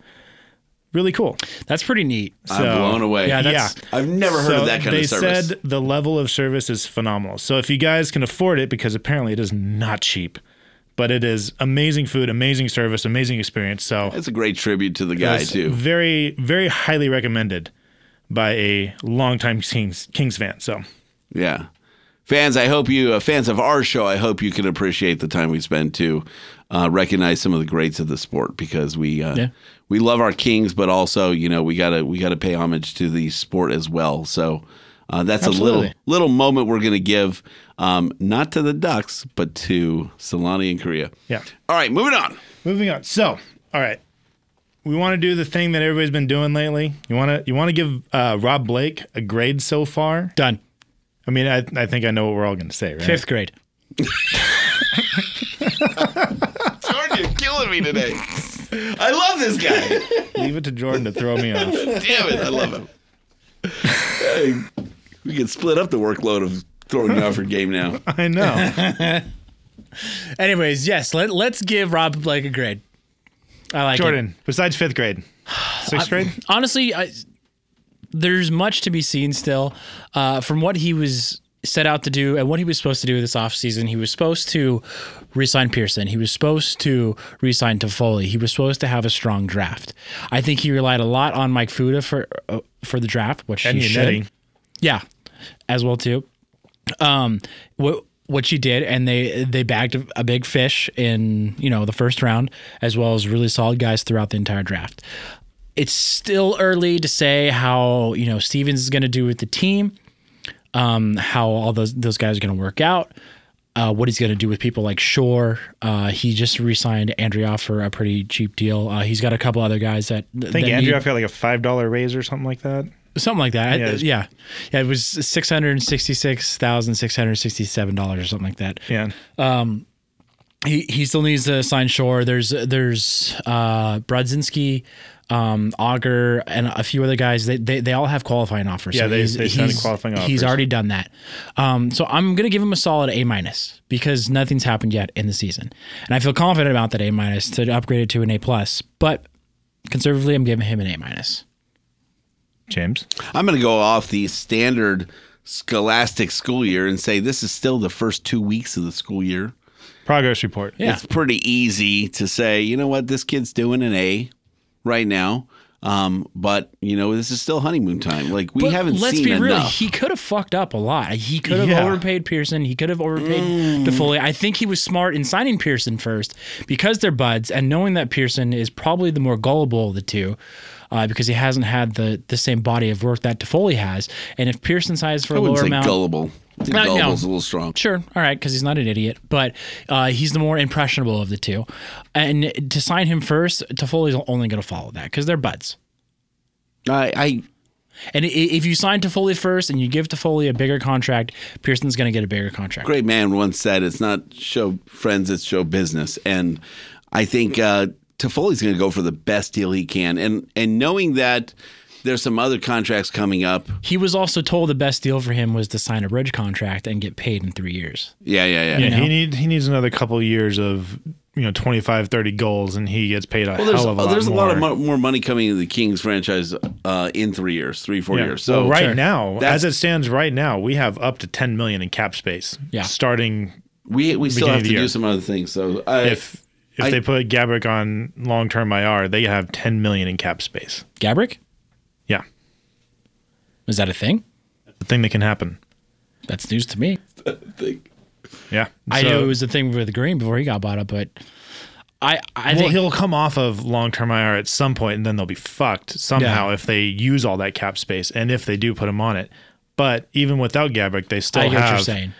S1: Really cool.
S4: That's pretty neat.
S2: I'm
S1: So-
S2: blown away.
S4: Yeah, that's-
S1: yeah.
S2: I've never heard
S1: So
S2: of that kind
S1: they
S2: of service.
S1: said the level of service is phenomenal. So if you guys can afford it, because apparently it is not cheap, but it is amazing food, amazing service, amazing experience. So
S2: that's a great tribute to the guy
S1: it's
S2: too.
S1: very, very highly recommended by a longtime Kings Kings fan. So
S2: Yeah. Fans, I hope you, uh, fans of our show, I hope you can appreciate the time we spend to uh, recognize some of the greats of the sport because we, uh,
S4: Yeah.
S2: we love our kings, but also, you know, we gotta, we gotta pay homage to the sport as well. So uh, that's a little,
S4: Absolutely.
S2: little moment we're going to give, um, not to the Ducks, but to Solani and Korea.
S1: yeah.
S2: All right, moving on.
S1: Moving on. So all right. We want to do the thing that everybody's been doing lately. You want to you want to give uh, Rob Blake a grade so far.
S4: Done.
S1: I mean, I, I think I know what we're all going to say, right?
S4: Fifth grade.
S2: Jordan, you're killing
S4: [LAUGHS]
S2: me today. I love this guy.
S1: Leave it to Jordan to throw me off.
S2: Damn it, I love him. Hey, we can split up the workload of throwing you off your game now.
S1: I know.
S4: [LAUGHS] Anyways, yes, let, let's give Rob Blake a grade. I like it.
S1: Jordan, besides
S4: [SIGHS]
S1: fifth grade, sixth grade?
S4: honestly, I, there's much to be seen still. Uh, from what he was set out to do and what he was supposed to do this offseason. He was supposed to re-sign Pearson. He was supposed to re-sign Toffoli. He was supposed to have a strong draft. I think he relied a lot on Mike Fuda for uh, for the draft, which
S1: And
S4: he should.
S1: Yannetti.
S4: Yeah, as well too. Um, what what she did, and they they bagged a big fish in you know the first round, as well as really solid guys throughout the entire draft. It's still early to say how you know Stevens is going to do with the team, um, how all those those guys are going to work out. Uh, what he's going to do with people like Shore. Uh, he just re signed Andrioff for a pretty cheap deal. Uh, he's got a couple other guys that.
S1: I think Andrew, I've got like a five dollar raise or something like that.
S4: something like that.
S1: Yeah,
S4: Yeah,
S1: it's-
S4: yeah, yeah. It was six hundred sixty-six thousand six hundred sixty-seven dollars or something like that.
S1: Yeah,
S4: He he still needs to sign Shore. There's there's uh, Brodzinski, um, Auger, and a few other guys. They they, they all have qualifying offers.
S1: Yeah, they-
S4: he's-
S1: they signed
S4: he's-
S1: qualifying offers.
S4: He's already done that. Um, so I'm gonna give him a solid A minus because nothing's happened yet in the season, and I feel confident about that A minus to upgrade it to an A plus. But conservatively, I'm giving him an A minus.
S1: James.
S2: I'm going to go off the standard scholastic school year and say this is still the first two weeks of the school year.
S1: Progress report.
S4: Yeah.
S2: It's pretty easy to say, you know what, this kid's doing an A right now. Um, but you know, this is still honeymoon time. Like we
S4: But
S2: haven't
S4: let's
S2: seen
S4: be real.
S2: enough.
S4: He could have fucked up a lot. He could have
S1: Yeah.
S4: overpaid Pearson. He could have overpaid
S2: Mm.
S4: DeFolia. I think he was smart in signing Pearson first because they're buds, and knowing that Pearson is probably the more gullible of the two, uh, because he hasn't had the the same body of work that DeFolia has. And if Pearson signs for
S2: I
S4: a
S2: wouldn't
S4: lower
S2: say
S4: amount,
S2: gullible. I think
S4: Uh, no.
S2: gullible's a little strong.
S4: Sure. All right. Because he's not an idiot, but uh, he's the more impressionable of the two. And to sign him first, Toffoli's only going to follow that because they're buds.
S2: I, I
S4: And i- if you sign Toffoli first and you give Toffoli a bigger contract, Pearson's going to get a bigger contract.
S2: great man once said, "It's not show friends, it's show business." And I think uh, Toffoli's going to go for the best deal he can, and and knowing that there's some other contracts coming up.
S4: He was also told the best deal for him was to sign a bridge contract and get paid in three years.
S2: Yeah, yeah, yeah.
S1: Yeah,
S4: know?
S1: he need he needs another couple years of you know 25, 30 goals, and he gets paid a
S2: Well, there's, oh,
S1: hell of a lot.
S2: there's
S1: more.
S2: a lot of mo- more money coming into the Kings franchise uh, in three years, three four
S1: Yeah.
S2: years. So
S1: well, right now,
S2: That's-
S1: as it stands right now, we have up to ten million in cap space.
S4: Yeah.
S1: starting
S2: we we still
S1: Beginning
S2: have
S1: of
S2: to
S1: the
S2: do
S1: year.
S2: some other things. So I,
S1: if if
S2: I-
S1: they put Gabrick on long term IR, they have ten million in cap space.
S4: Gabrick?
S1: Yeah,
S4: Is that a thing?
S1: the thing that can happen.
S4: That's news to me.
S1: Yeah,
S4: I
S1: So-
S4: know it was a thing with Green before he got bought up, but I, I
S1: well,
S4: think
S1: he'll come off of long term IR at some point, and then they'll be fucked somehow
S4: Yeah.
S1: if they use all that cap space, and if they do put him on it. But even without Gabrick, they still
S4: I get what you're
S1: have
S4: saying.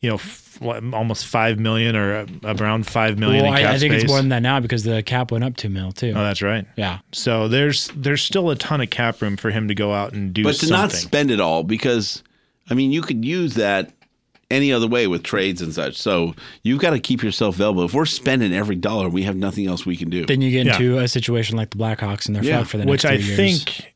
S1: you know f- what, almost five million or uh, around five million
S4: Well,
S1: in cap
S4: I, I think
S1: space.
S4: it's more than that now because the cap went up two mil too.
S1: oh, that's right.
S4: yeah.
S1: So there's there's still a ton of cap room for him to go out and do
S2: but to
S1: something.
S2: not spend it all because I mean you could use that any other way with trades and such. So you've got to keep yourself available. If we're spending every dollar, we have nothing else we can do.
S4: Then you get
S1: Yeah.
S4: into a situation like the Blackhawks and they're
S2: Yeah,
S4: fucked for the next
S1: which I
S4: three years.
S1: think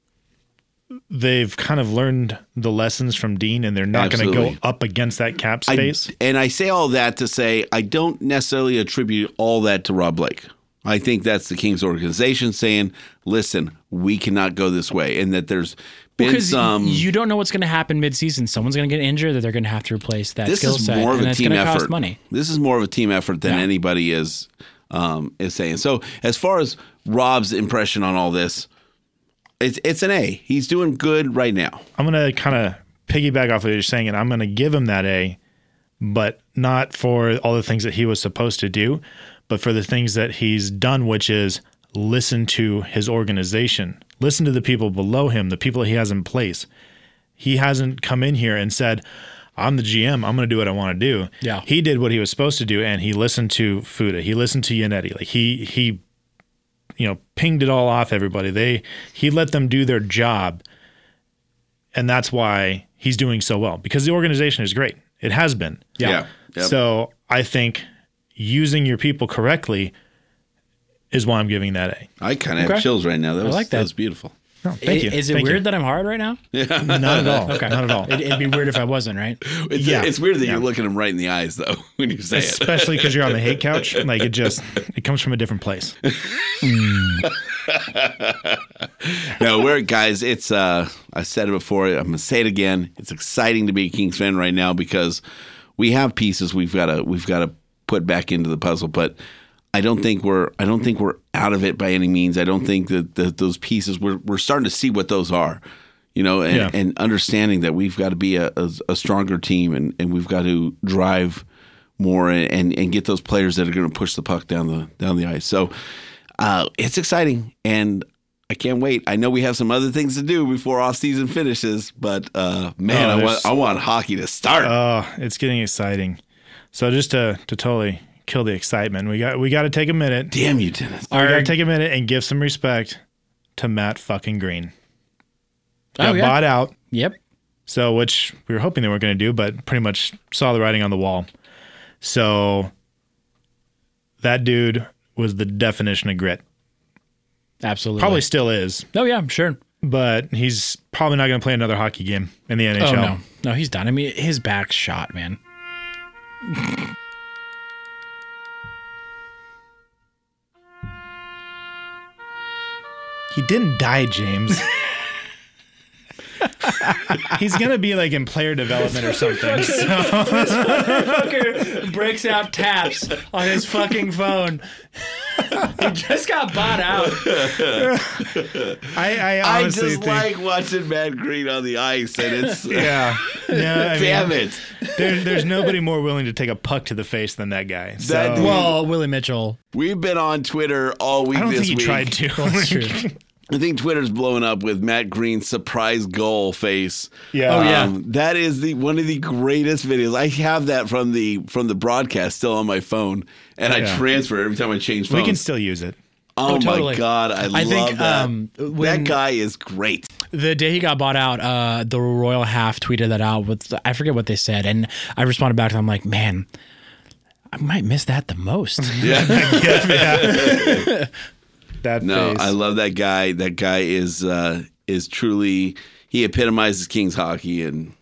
S1: they've kind of learned the lessons from Dean, and they're not going to go
S2: Absolutely.
S1: up against that cap
S2: I-
S1: space.
S2: and I say all that to say I don't necessarily attribute all that to Rob Blake. I think that's the Kings organization saying, "Listen, we cannot go this way," and that there's been
S4: because
S2: some.
S4: you don't know what's going to happen midseason. Someone's going to get injured that they're going to have to replace that
S2: this
S4: skill
S2: is
S4: set,
S2: more of
S4: and
S2: a
S4: it's
S2: team
S4: going to
S2: effort.
S4: cost money.
S2: This is more of a team effort than anybody is um, is saying. So as far as Rob's impression on all this, it's it's an A. He's doing good right now.
S1: I'm gonna kind of piggyback off what you're saying, and I'm gonna give him that A, but not for all the things that he was supposed to do, but for the things that he's done, which is listen to his organization, listen to the people below him, the people he has in place. He hasn't come in here and said, "I'm the GM. I'm gonna do what I want to do."
S4: Yeah.
S1: he did what he was supposed to do, and he listened to Fuda. He listened to Yannetti. Like he he. You know, pinged it all off everybody. They he let them do their job, and that's why he's doing so well because the organization is great. It has been.
S2: Yeah. Yep.
S1: So I think using your people correctly is why I'm giving that
S2: [LAUGHS]
S1: A.
S2: I kind of have
S4: Okay.
S2: chills right now. That was
S4: like that.
S2: that was beautiful.
S1: No, thank
S4: I-
S1: you.
S4: Is it
S1: Thank
S4: weird
S1: you.
S4: that I'm hard right
S2: [LAUGHS]
S4: now?
S1: Not at all. Not at all.
S4: [LAUGHS] It, it'd be weird if I wasn't, right?
S2: It's,
S1: Yeah.
S2: it's weird that you're looking him right in the eyes though [LAUGHS] when you say it.
S1: Especially because you're on the hate couch. Like it just it comes from a different place.
S2: no, we're guys. It's uh, I said it before. I'm gonna say it again. It's exciting to be a Kings fan right now because we have pieces we've got to we've got to put back into the puzzle. But I don't think we're I don't think we're out of it by any means. I don't think that, that those pieces we're we're starting to see what those are, you know, and,
S1: Yeah.
S2: and understanding that we've got to be a, a, a stronger team and, and we've got to drive more and, and get those players that are going to push the puck down the down the ice. So uh, it's exciting and I can't wait. I know we have some other things to do before off season finishes, but uh, man,
S1: Oh,
S2: I
S1: there's-
S2: want I want hockey to start.
S1: Oh, it's getting exciting. So just to to totally kill the excitement, we got we got to take a minute.
S2: Damn you, Dennis!
S1: We got
S4: Our-
S1: to take a minute and give some respect to Matt fucking Green. Got
S4: Oh, yeah.
S1: bought out.
S4: Yep.
S1: So, which we were hoping they weren't going to do, but pretty much saw the writing on the wall. So, that dude was the definition of grit.
S4: Absolutely.
S1: Probably still is,
S4: Oh yeah, I'm sure.
S1: but he's probably not going to play another hockey game in the NHL.
S4: Oh no, no, he's done. I mean, his back's shot, man.
S1: He didn't die, [LAUGHS] James. he's going to be like in player development or [LAUGHS] something. So,
S4: Fucker [LAUGHS] breaks out taps on his fucking
S2: [LAUGHS]
S4: phone. he just got bought out.
S1: I, I
S2: I
S1: honestly
S2: just
S1: think.
S2: like watching Matt Green on the ice, and
S1: [LAUGHS]
S2: it's [LAUGHS]
S1: yeah. No, I
S2: damn
S1: mean,
S2: it.
S1: there- there's nobody more willing to take a puck to the face than that guy. So,
S2: That dude-
S4: Well, Willie
S2: [LAUGHS]
S4: Mitchell.
S2: We've been on Twitter all week
S1: I don't
S2: this
S1: think he
S2: week.
S1: tried to.
S4: That's true.
S2: I think Twitter's blowing up with Matt Green's surprise goal face. Um,
S1: Yeah.
S4: Oh, yeah.
S2: that is the one of the greatest videos. I have that from the from the broadcast still on my phone, and I
S1: Yeah.
S2: transfer it every time I change phones.
S1: We can still use it.
S2: oh,
S4: totally.
S2: my god, I,
S4: I
S2: love
S4: think,
S2: that.
S4: um,
S2: that
S4: when-
S2: guy is
S1: [LAUGHS]
S2: great.
S4: The day he got bought out, uh, the Royal Half tweeted that out with I forget what they said, and I responded back to them like, "Man, I might miss that the
S1: [LAUGHS]
S4: most."
S2: [LAUGHS]
S1: That
S2: No,
S1: face.
S2: I love that guy. That guy is uh, is truly he epitomizes Kings hockey, and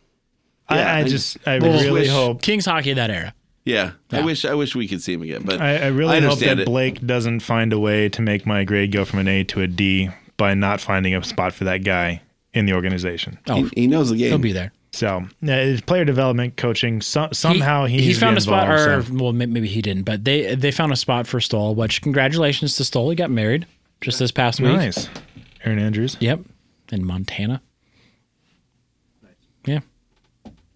S2: Yeah,
S1: I, I
S2: I-
S1: just, I
S2: Well,
S1: really
S2: wish-
S1: hope,
S4: Kings hockey of that era.
S2: yeah, I
S4: Yeah.
S2: wish I wish we could see him again. But
S1: I, I really hope
S2: understand
S1: that
S2: it.
S1: Blake doesn't find a way to make my grade go from an A to a D by not finding a spot for that guy in the organization.
S4: Oh,
S2: he, he knows the game.
S4: he'll be there.
S1: So, uh, it's player development, coaching, so, somehow he,
S4: he
S1: needs to be
S4: found a spot,
S1: involved,
S4: or
S1: so.
S4: well, may- maybe he didn't, but they they found a spot for Stoll. Which congratulations to Stoll. He got married just this past week.
S1: nice. Aaron Andrews.
S4: Yep, in Montana. Yeah.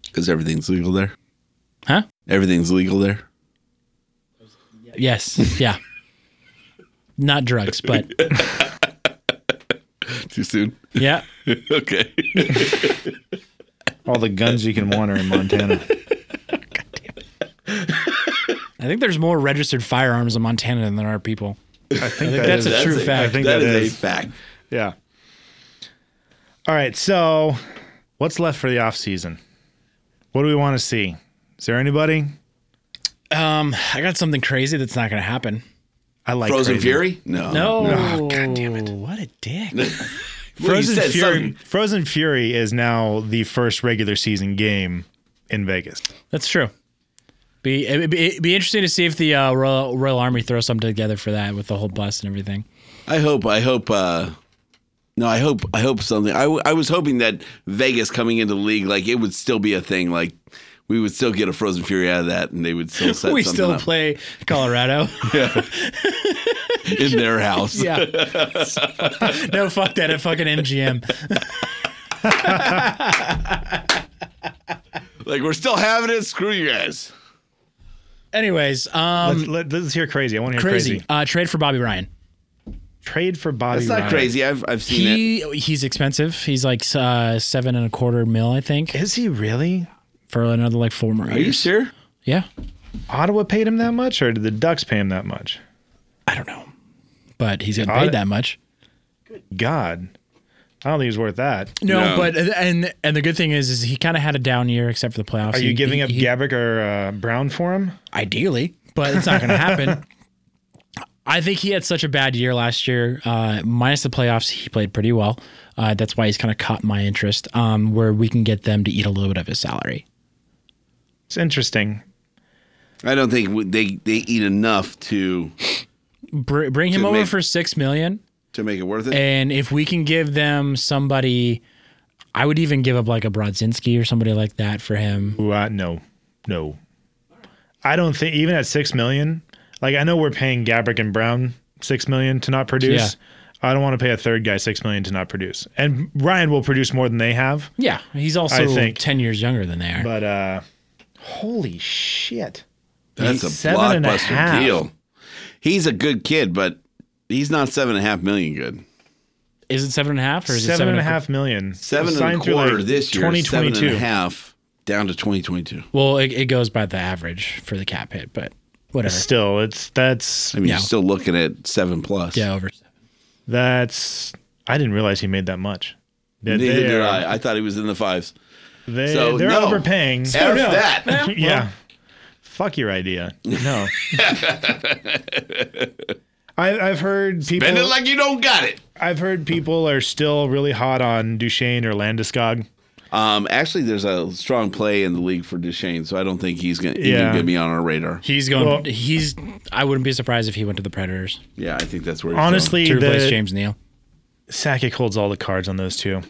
S2: Because everything's legal there.
S4: Huh?
S2: Everything's legal there.
S4: Yes. Yeah. Not drugs, but
S2: Too soon.
S4: yeah.
S2: okay.
S1: All the guns you can want are in Montana.
S4: I think there's more registered firearms in Montana than there are people.
S1: I think
S4: that's a true
S1: fact. I think
S2: that
S1: that
S2: is,
S1: is.
S2: a fact.
S1: [LAUGHS] Yeah. All right. So, what's left for the off season? What do we want to see? Is there anybody?
S4: Um, I got something crazy that's not going to happen.
S1: I like
S2: Frozen
S1: crazy.
S2: Fury? No.
S4: God damn it! What a dick.
S2: Well, you
S1: Frozen
S2: said
S1: Fury.
S2: something.
S1: Frozen Fury is now the first regular season game in Vegas.
S4: That's true. Be it'd be, it'd be interesting to see if the uh, Royal, Royal Army throws something together for that with the whole bus and everything.
S2: I hope. I hope. uh No, I hope. I hope something. I, w- I was hoping that Vegas coming into the league, like it would still be a thing. Like we would still get a Frozen Fury out of that, and they would still
S4: [LAUGHS]
S2: set
S4: we
S2: something
S4: still
S2: up
S4: play Colorado.
S2: in their house.
S4: [LAUGHS] yeah. no, fuck that at fucking MGM.
S2: [LAUGHS] Like we're still having it. Screw you guys.
S4: Anyways, um,
S1: Let's, let, let's hear crazy. I want to hear
S4: crazy.
S1: crazy.
S4: Uh, trade for Bobby Ryan.
S1: Trade for Bobby.
S2: That's not
S1: Ryan.
S2: crazy. I've I've seen it.
S4: He he's expensive. He's like uh, seven and a quarter mil, I think,
S1: Is he really?
S4: for another like four more
S2: Are you
S4: years.
S2: sure?
S4: Yeah,
S1: Ottawa paid him that much, or did the Ducks pay him that much?
S4: I don't know, but he's getting
S1: Got
S4: paid
S1: it.
S4: that much.
S1: God, I don't think he's worth that.
S4: No,
S2: No.
S4: but and and the good thing is, is he kind of had a down year except for the playoffs.
S1: Are you giving up Gabrick or uh, Brown for him?
S4: ideally, but it's not going to happen. [LAUGHS] I think he had such a bad year last year, uh, minus the playoffs. He played pretty well. Uh, that's why he's kind of caught my interest. Um, where we can get them to eat a little bit of his salary.
S1: It's interesting.
S2: I don't think w- they they eat enough to.
S4: Br- bring him
S2: To
S4: over
S2: make-
S4: for six million
S2: to make it worth it.
S4: And if we can give them somebody, I would even give up like a Brodzinski or somebody like that for him.
S1: Ooh, I, no, no. I don't think even at six million. Like I know we're paying Gabrick and Brown six million to not produce. I don't want to pay a third guy six million to not produce. And Ryan will produce more than they have.
S4: Yeah, he's also
S1: think-
S4: ten years younger than they are.
S1: But uh, holy shit!
S2: That's a
S1: he's seven and a
S2: blockbuster
S1: half.
S2: deal. He's a good kid, but he's not seven and a half million good.
S4: is it seven and a half or is
S1: Seven and a
S4: it
S1: half million.
S2: Seven and
S1: Signed
S2: a
S1: through,
S2: quarter
S1: like,
S2: this year. Seven and
S1: 2022.
S2: a half down to 2022.
S4: Well, it, it goes by the average for the cap hit, but whatever.
S1: Still, it's that's
S2: I mean,
S4: Yeah.
S2: you're still looking at seven plus.
S4: yeah, over.
S1: that's. I didn't realize he made that much. They-
S2: Neither
S1: they are-
S2: did I. I thought he was in the fives.
S1: They,
S2: So
S1: Eh, they're
S2: no.
S1: overpaying.
S2: F
S1: [LAUGHS]
S2: that.
S1: yeah. Fuck your idea.
S2: [LAUGHS]
S1: No. I, I've heard people.
S2: Bend it like you don't got it.
S1: I've heard people are still really hot on Duchesne or Landeskog.
S2: Um, actually, there's a strong play in the league for Duchesne, so I don't think he's going to
S1: Yeah.
S2: even going to be on our radar.
S4: He's going.
S1: Well-
S4: he's. I wouldn't be surprised if he went to the Predators
S2: Yeah, I think that's where. he's
S1: Honestly,
S4: to replace
S1: the,
S4: James Neal.
S1: Sakic holds all the cards on those two.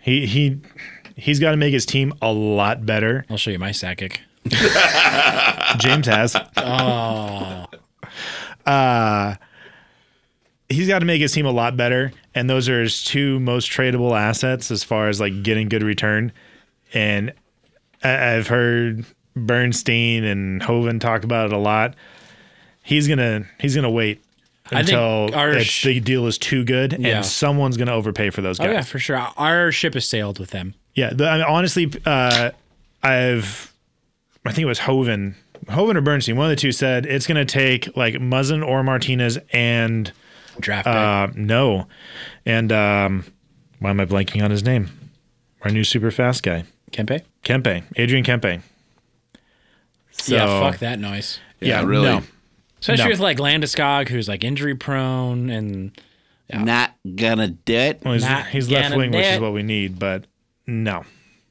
S1: He he he's got to make his team a lot better.
S4: I'll show you my Sakic. [LAUGHS]
S1: James has. Uh, he's got to make his team a lot better, and those are his two most tradable assets as far as like getting good return. And I- I've heard Bernstein and Hoven talk about it a lot. He's gonna he's gonna wait
S4: I think
S1: until
S4: our
S1: it's,
S4: sh-
S1: the deal is too good,
S4: Yeah.
S1: and someone's gonna overpay for those
S4: Oh
S1: guys.
S4: yeah, for sure. Our ship has sailed with them.
S1: Yeah, the, I mean, honestly, uh, I've I think it was Hoven, Hoven or Bernstein, one of the two said it's going to take like Muzzin or Martinez and
S4: Draft.
S1: uh, no, and um, why am I blanking on his name? Our new super fast guy,
S4: pick. Kempe.
S1: Kempe, Adrian Kempe. So,
S4: yeah, fuck that noise.
S2: Yeah, really.
S1: no.
S4: Especially
S1: No.
S4: with like Landeskog, who's like injury prone, and
S2: not gonna do it.
S1: Well, he's,
S4: Not
S1: he's left
S4: gonna
S1: wing, which
S4: do
S1: is
S4: it.
S1: what we need, but no,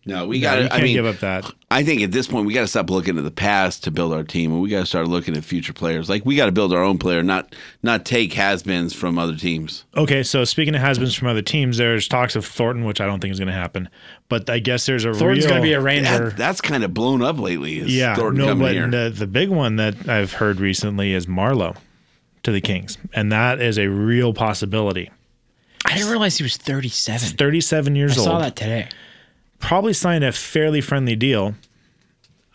S2: No, we
S1: no
S2: got
S1: you
S2: to.
S1: can't
S2: I mean,
S1: give up that.
S2: I think at this point we got to stop looking at the past to build our team, and we got to start looking at future players. Like we got to build our own player, not not take has-beens from other teams.
S1: Okay, so speaking of husbands from other teams, there's talks of Thornton, which I don't think is going to happen, but I guess there's a
S4: Thornton's
S1: real,
S4: going to be a Ranger.
S2: That, that's kind of blown up lately. Is
S1: Yeah,
S2: Thornton
S1: no,
S2: coming
S1: but
S2: here?
S1: the the big one that I've heard recently is Marlowe to the Kings, and that is a real possibility.
S4: I didn't realize he was 37.
S1: Thirty-seven years
S4: I
S1: old,
S4: saw that today.
S1: probably signed a fairly friendly deal. Um,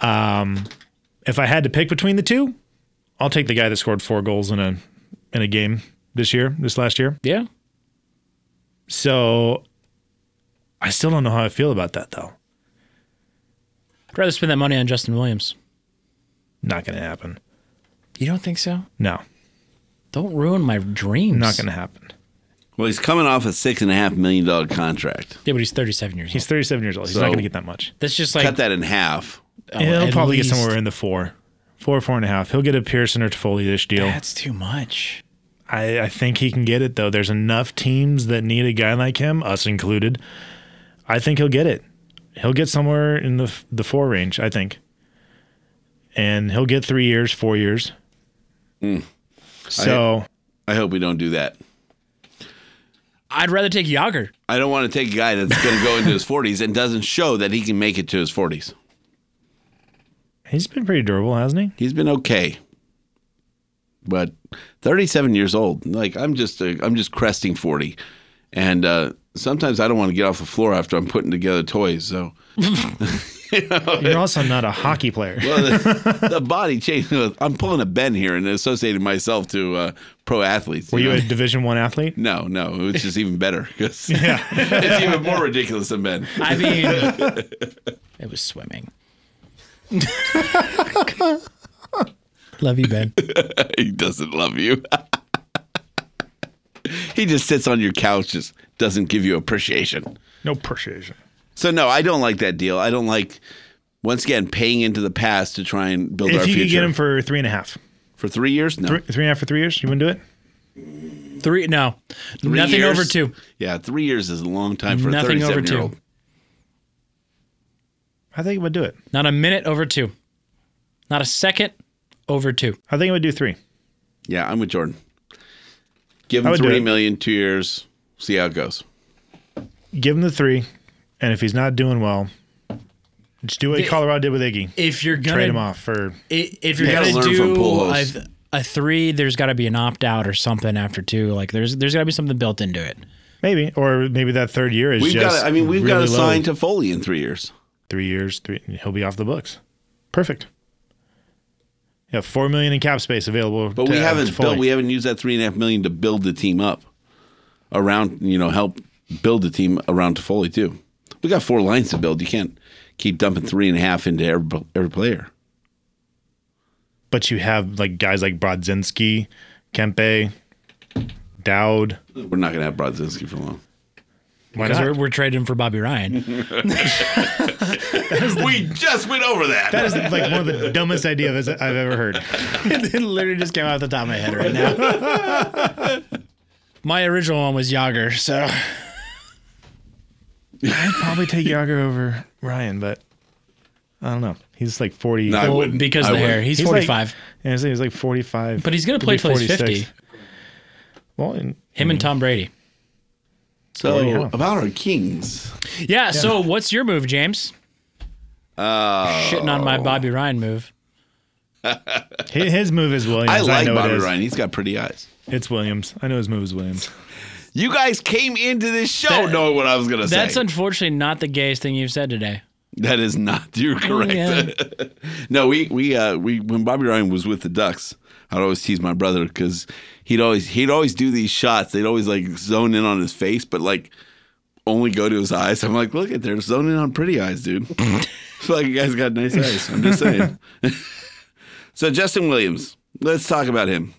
S1: if I had to pick between the two, I'll take the guy that scored four goals in a in a game this year, this last year.
S4: Yeah.
S1: So I still don't know how I feel about that though.
S4: I'd rather spend that money on Justin Williams.
S1: Not going to happen.
S4: You don't think so?
S1: No,
S4: Don't ruin my dreams.
S1: not going to happen.
S2: well, he's coming off a six and a half million dollar contract.
S4: Yeah, but he's 37 years
S1: He's
S4: old.
S1: 37 years old. He's
S2: So-
S1: not going to get that much.
S4: That's just like
S2: Cut that in half.
S4: oh,
S1: He'll
S4: at
S1: probably
S4: least-
S1: get somewhere in the four, four, four and a half. He'll get a Pearson or Toffoli-ish deal.
S4: That's too much.
S1: I, I think he can get it though. There's enough teams that need a guy like him, us included. I think he'll get it. He'll get somewhere in the f- the four range, I think. And he'll get three years, four years. So
S2: I hope we don't do that.
S4: I'd rather take Yager.
S2: I don't want to take a guy that's going to go into his 40s and doesn't show that he can make it to his 40s.
S1: he's been pretty durable, hasn't he?
S2: He's been okay. But 37 years old, like I'm just a, I'm just cresting 40. And uh, sometimes I don't want to get off the floor after I'm putting together toys. So
S1: [LAUGHS] You're also not a hockey player.
S2: well, the, the body change. I'm pulling a Ben here and associating myself to uh, pro athletes.
S1: Were you
S2: know?
S1: a Division One athlete?
S2: no, no, it's just even better
S1: [LAUGHS]
S2: 'cause [LAUGHS] it's even more ridiculous than Ben.
S4: I mean, [LAUGHS] it was swimming. [LAUGHS] Love you, Ben.
S2: He doesn't love you. [LAUGHS] he just sits on your couch, just doesn't give you appreciation.
S1: No appreciation.
S2: So no, I don't like that deal. I don't like once again paying into the past to try and build our
S1: If you
S2: future
S1: could get him for three and a half,
S2: for three years. No,
S1: three, three and a half for three years, you wouldn't do it.
S4: Three, no,
S2: Three
S4: nothing
S2: years?
S4: over two.
S2: Yeah, three years is a long time for
S4: Nothing
S2: a
S4: over
S2: thirty-seven year
S4: two.
S2: old.
S1: I think it would do it.
S4: Not a minute over two. Not a second over two.
S1: I think it would do three.
S2: Yeah, I'm with Jordan. Give
S1: I
S2: him
S1: would do
S2: three
S1: it.
S2: million, two years, see how it goes.
S1: Give him the three, and if he's not doing well, just do what Colorado did with Iggy.
S4: If you're gonna
S1: Trade him off for
S4: i- if you're
S2: You gotta
S4: gonna
S2: learn
S4: do
S2: from pool
S4: a,
S2: hosts.
S4: a three, there's got to be an opt out or something after two. Like there's there's got to be something built into it.
S1: maybe, or maybe that third year is
S2: We've
S1: just.
S2: got. I mean, we've got
S1: really
S2: to sign
S1: low.
S2: to Foley in three years.
S1: three years. Three, he'll be off the books. Perfect. You have four million in cap space available.
S2: But
S1: to- uh,
S2: we haven't
S1: to Foley.
S2: built. We haven't used that three and a half million to build the team up around. You know, help build the team around Toffoli too. We got four lines to build. You can't keep dumping three and a half into every, every player.
S1: But you have like guys like Brodzinski, Kempe, Dowd.
S2: We're not going to have Brodzinski for long.
S1: Why
S4: Because
S1: not?
S4: we're, we're trading for Bobby Ryan.
S2: We just went over that.
S1: That is like one of the dumbest ideas I've ever heard. [LAUGHS]
S4: it literally just came out the top of my head right now. my original one was Yager, so
S1: I'd
S4: [LAUGHS]
S1: probably take Yager over Ryan, but I don't know. He's like forty.
S2: No, I
S1: Well,
S2: wouldn't.
S4: because of
S2: I
S4: the hair,
S2: wouldn't.
S4: he's,
S1: he's
S4: 45.
S1: Like, yeah, he's like- he's like forty-five.
S4: But he's gonna
S1: Could
S4: play
S1: be
S4: till he's
S1: 46.
S4: 50.
S1: Well, and
S4: Him and Tom Brady.
S2: So
S1: yeah.
S2: about our Kings.
S4: Yeah, So what's your move, James?
S2: Oh.
S4: Shitting on my Bobby Ryan move.
S1: hi- his move is Williams.
S2: I like
S1: know it
S2: Bobby
S1: is.
S2: Ryan. He's got pretty eyes.
S1: It's Williams. I know his move is Williams.
S2: You guys came into this show
S4: That-
S2: knowing what I was going to say.
S4: That's unfortunately not the gayest thing you've said today.
S2: That is not. [LAUGHS] You're correct. [LAUGHS] no, we we uh we when Bobby Ryan was with the Ducks, I'd always tease my brother because he'd always he'd always do these shots. They'd always like zone in on his face, but like only go to his eyes. I'm like, look at they're zoning in on pretty eyes, dude. [LAUGHS] it's like you guys got nice eyes. I'm just saying. [LAUGHS] so Justin Williams, let's talk about him.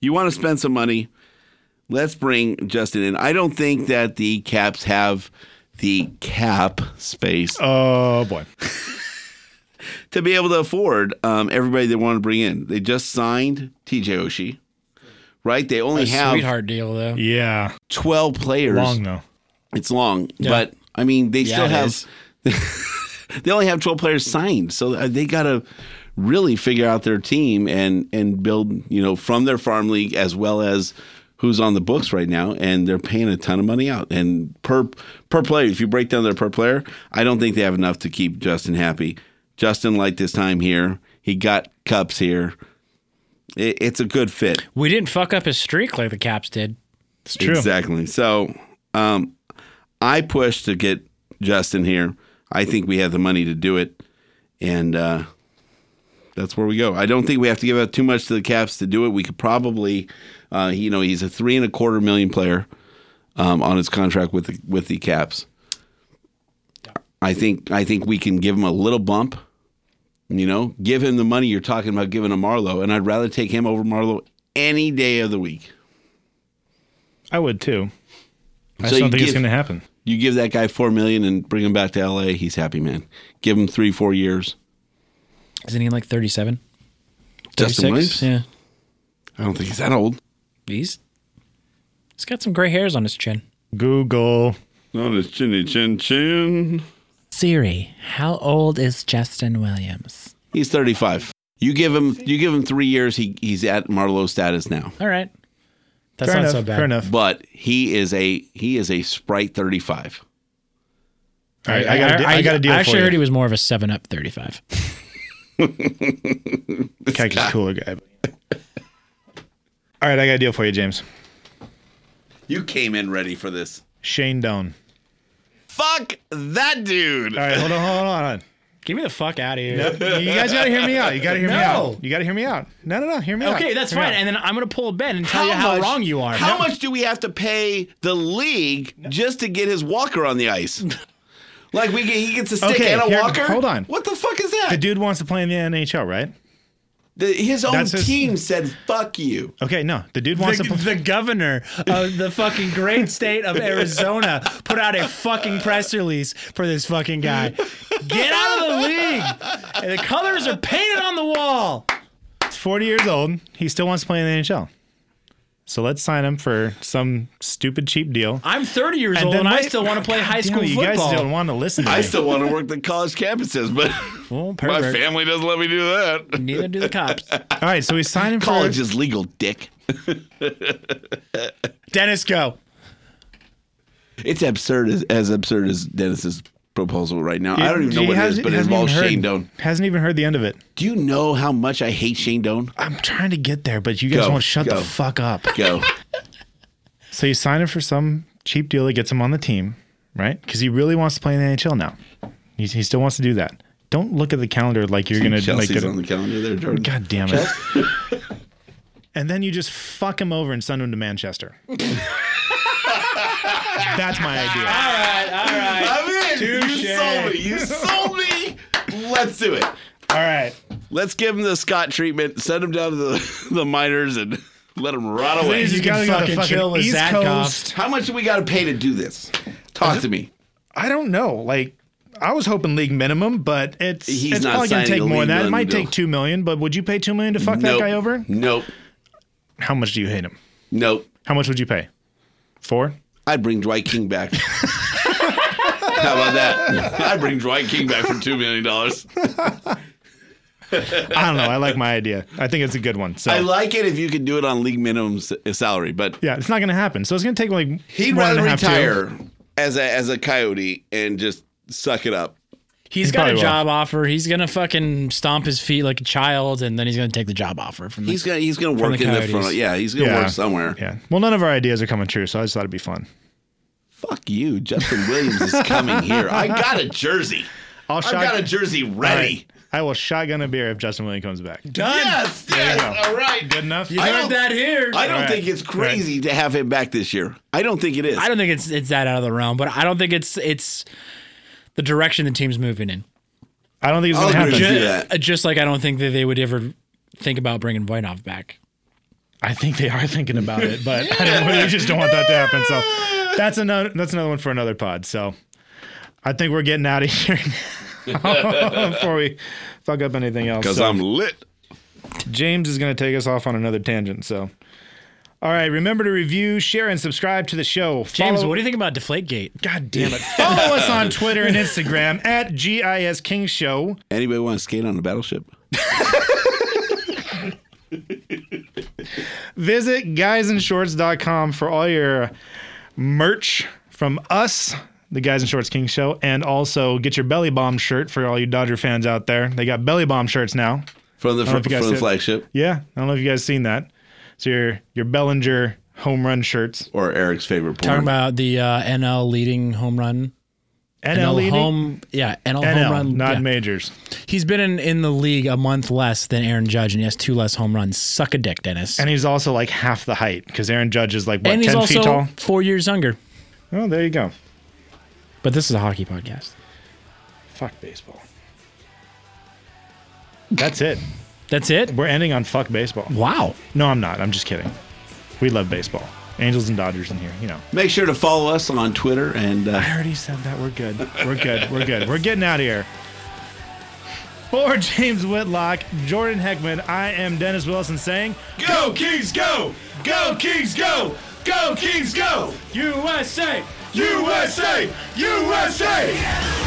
S2: You want to spend some money? Let's bring Justin in. I don't think that the Caps have the cap space
S1: Oh boy.
S2: to be able to afford um, everybody they want to bring in. They just signed TJ Oshie, right? They only
S4: A
S2: have
S4: sweetheart deal though.
S1: Yeah.
S2: 12 players.
S1: Long though.
S2: It's long, but I mean, they
S4: Yeah,
S2: still
S4: it
S2: have,
S4: is.
S2: [LAUGHS] they only have 12 players signed. So uh, they got to really figure out their team and, and build, you know, from their farm league as well as who's on the books right now. And they're paying a ton of money out. And per, per player, if you break down their per player, I don't think they have enough to keep Justin happy. Justin liked his time here. He got cups here. It, it's a good fit.
S4: We didn't fuck up his streak like the Caps did.
S1: It's true.
S2: Exactly. So um, I pushed to get Justin here. I think we have the money to do it. And uh, that's where we go. I don't think we have to give out too much to the Caps to do it. We could probably, uh, you know, he's a three and a quarter million player um, on his contract with the, with the Caps. I think I think we can give him a little bump. You know, give him the money you're talking about giving to Marlowe, and I'd rather take him over Marlowe any day of the week.
S1: I would too. I
S2: So
S1: just
S2: you
S1: don't think it's
S2: give-
S1: going to happen.
S2: You give that guy four million and bring him back to LA, he's happy, man. Give him three, four years.
S4: Isn't he like 37?
S2: Justin
S4: 36?
S2: Williams?
S4: Yeah.
S2: I don't think he's that old.
S4: He's he's got some gray hairs on his chin.
S1: Google.
S2: Not his chinny chin chin.
S4: Siri, how old is Justin Williams?
S2: He's thirty five. You give him you give him three years, he he's at Marlowe status now.
S4: All right. That's
S1: Fair
S4: not
S1: enough.
S4: so bad.
S1: Fair enough.
S2: But he is a he is a sprite thirty five.
S1: All right, I got. I, I got a deal
S4: I
S1: for
S4: actually
S1: you.
S4: heard he was more of a 7 up 35.
S1: Cactus cooler guy. All right, I got a deal for you, James.
S2: You came in ready for this.
S1: Shane Doan.
S2: Fuck that dude.
S1: All right, hold on, hold on, hold
S4: Get me the fuck out
S2: [LAUGHS]
S4: of here.
S1: on. You guys gotta hear me out. You gotta hear me
S4: No.
S1: out. You gotta hear me out. No, no, no. Hear me out.
S4: Okay, that's
S1: Hear me
S4: fine.
S1: out.
S4: And then I'm going to pull Ben and tell you how
S2: much-
S4: wrong you are.
S2: How much do we have to pay the league just to get his walker on
S1: [LAUGHS]
S2: the ice? Like we get, he gets a stick
S1: Okay,
S2: and a
S1: here-
S2: walker.
S1: hold on.
S2: What the fuck is that?
S1: the dude wants to play in the NHL, right?
S2: The- his own
S1: That's his-
S2: team said, "Fuck you."
S1: Okay, no. The dude wants
S4: the,
S1: to. Play,
S4: the governor of the fucking great state of Arizona put out a fucking press release for this fucking guy. Get out of the league. And the colors are painted on the wall.
S1: he's 40 years old. He still wants to play in the NHL. So let's sign him for some stupid cheap deal.
S4: I'm 30 years old and I
S1: wait-
S4: still want to play
S1: God
S4: high
S1: damn
S4: school
S1: it, You guys
S4: football.
S1: don't want to listen to me.
S2: I still want to work the college
S1: [LAUGHS]
S2: campuses, but
S4: Well,
S2: my
S4: pervert.
S2: family doesn't let me do that.
S4: Neither do the
S1: [LAUGHS]
S4: cops.
S1: All right, so we signed him
S2: College
S1: for
S2: is legal, dick.
S1: Dennis. Go.
S2: It's absurd as, as absurd as Dennis's proposal right now. I don't even know
S1: He
S2: what it is,
S1: hasn't-
S2: but it
S1: hasn't even
S2: involves
S1: heard-
S2: Shane Doan.
S1: Hasn't even heard the end of it.
S2: Do you know how much I hate Shane Doan?
S1: I'm trying to get there, but you guys
S2: Go,
S1: won't shut
S2: go.
S1: the fuck up. [LAUGHS]
S2: Go.
S1: So you sign him for some cheap deal that gets him on the team, right? Because he really wants to play in the NHL now. He, he still wants to do that. Don't look at the calendar like you're gonna
S2: Chelsea's
S1: like. get
S2: on the calendar there,
S1: [LAUGHS]
S2: Jordan.
S1: God damn it. [LAUGHS] and then you just fuck him over and send him to Manchester. [LAUGHS] That's my idea.
S2: I'm in. You
S1: Touche.
S2: sold me. You sold me. Let's do it.
S1: All right.
S2: Let's give him the Scott treatment. Send him down to the, [LAUGHS] the minors and let him rot away.
S1: Please
S4: You
S1: you
S4: can
S1: gotta go to
S4: fucking
S1: fucking
S4: chill with
S1: East
S4: Zach
S1: Coast.
S2: How much do we got to pay to do this? Talk to me.
S1: I don't know. Like I was hoping league minimum, but it's
S2: He's
S1: it's
S2: not
S1: probably gonna
S2: signing
S1: take
S2: a
S1: more than
S2: league
S1: that. It might take
S2: minimum deal.
S1: two million, but would you pay two million to fuck that
S2: Nope.
S1: guy over?
S2: Nope.
S1: How much do you hate him?
S2: Nope.
S1: How much would you pay? Four?
S2: I'd bring Dwight King
S1: [LAUGHS]
S2: back. How about that? I'd bring Dwight King back for $2 million.
S1: I don't know. I like my idea. I think it's a good one. So
S2: I like it if you could do it on league minimum s- salary, but
S1: yeah, it's not gonna happen. So it's gonna take like
S2: he'd
S1: one and
S2: rather
S1: a half, two.
S2: retire as a, as a coyote and just suck it up.
S4: He's
S1: He
S4: got a
S1: probably will.
S4: job offer. He's gonna fucking stomp his feet like a child, and then he's gonna take the job offer from.
S2: He's
S4: He's
S2: gonna he's gonna work
S4: the
S2: in the
S4: Coyotes.
S2: front. Yeah, he's gonna
S1: Yeah.
S2: work somewhere.
S1: Yeah. Well, none of our ideas are coming true, so I just thought it'd be fun.
S2: Fuck you, Justin Williams is coming here. I got a jersey.
S1: [LAUGHS] I'll
S2: I've
S1: shot-
S2: got a jersey
S1: All
S2: ready.
S1: right. I will shotgun a beer if Justin Williams comes back.
S4: done.
S2: Yes, yes. All right.
S1: Good enough.
S4: You
S2: I
S4: heard
S2: don't-
S4: that here.
S2: I don't
S1: All right.
S2: think it's crazy to have him back this year. I don't think it is.
S4: I don't think it's it's that out of the realm, but I don't think it's it's the direction the team's moving in.
S1: I don't think it's
S2: I'll
S1: gonna
S2: agree
S1: happen.
S2: with
S4: Ju-
S2: you. that.
S4: uh, Just like I don't think that they would ever think about bringing Voinov back.
S1: I think they are thinking about it, but [LAUGHS] I don't, we just don't want that to happen. So that's another that's another one for another pod. So I think we're getting out of here [LAUGHS] now before we fuck up anything else.
S2: Because
S1: So
S2: I'm lit.
S1: James is going to take us off on another tangent. So. All right, remember to review, share, and subscribe to the show.
S4: James,
S1: Follow-
S4: what do you think about Deflategate?
S1: God damn it. Follow us on Twitter and Instagram [LAUGHS] at GIS King Show.
S2: Anybody want to skate on a battleship?
S1: Visit guysinshorts.com for all your merch from us, the Guys in Shorts King Show, and also get your Belly Bomb shirt for all you Dodger fans out there. They got Belly Bomb shirts now.
S2: From the
S1: don't know
S2: from,
S1: if you guys
S2: from the
S1: did.
S2: flagship
S1: Yeah, I don't know if you guys seen that. So your your Bellinger home run shirts.
S2: or Eric's favorite
S4: Talking
S2: porn.
S4: about the uh, NL leading home run. NL,
S1: leading?
S4: home, yeah, NL,
S1: NL,
S4: home run.
S1: not
S4: yeah.
S1: majors.
S4: He's been in, in the league a month less than Aaron Judge, and he has two less home runs. Suck a dick, Dennis.
S1: And he's also like half the height because Aaron Judge is like what,
S4: and he's
S1: ten feet
S4: also
S1: tall.
S4: four years younger.
S1: Oh, there you go.
S4: But this is a hockey podcast.
S1: Fuck baseball. That's it.
S4: That's it.
S1: We're ending on fuck baseball.
S4: Wow.
S1: No, I'm not. I'm just kidding. We love baseball. Angels and Dodgers in here, you know.
S2: Make sure to follow us on Twitter and uh,
S1: I already said that. We're good. We're good. We're good. We're getting out of here. For James Whitlock, Jordan Heckman, I am Dennis Wilson saying,
S2: Go Kings go! Go Kings go! Go Kings go!
S4: USA.
S2: USA! USA!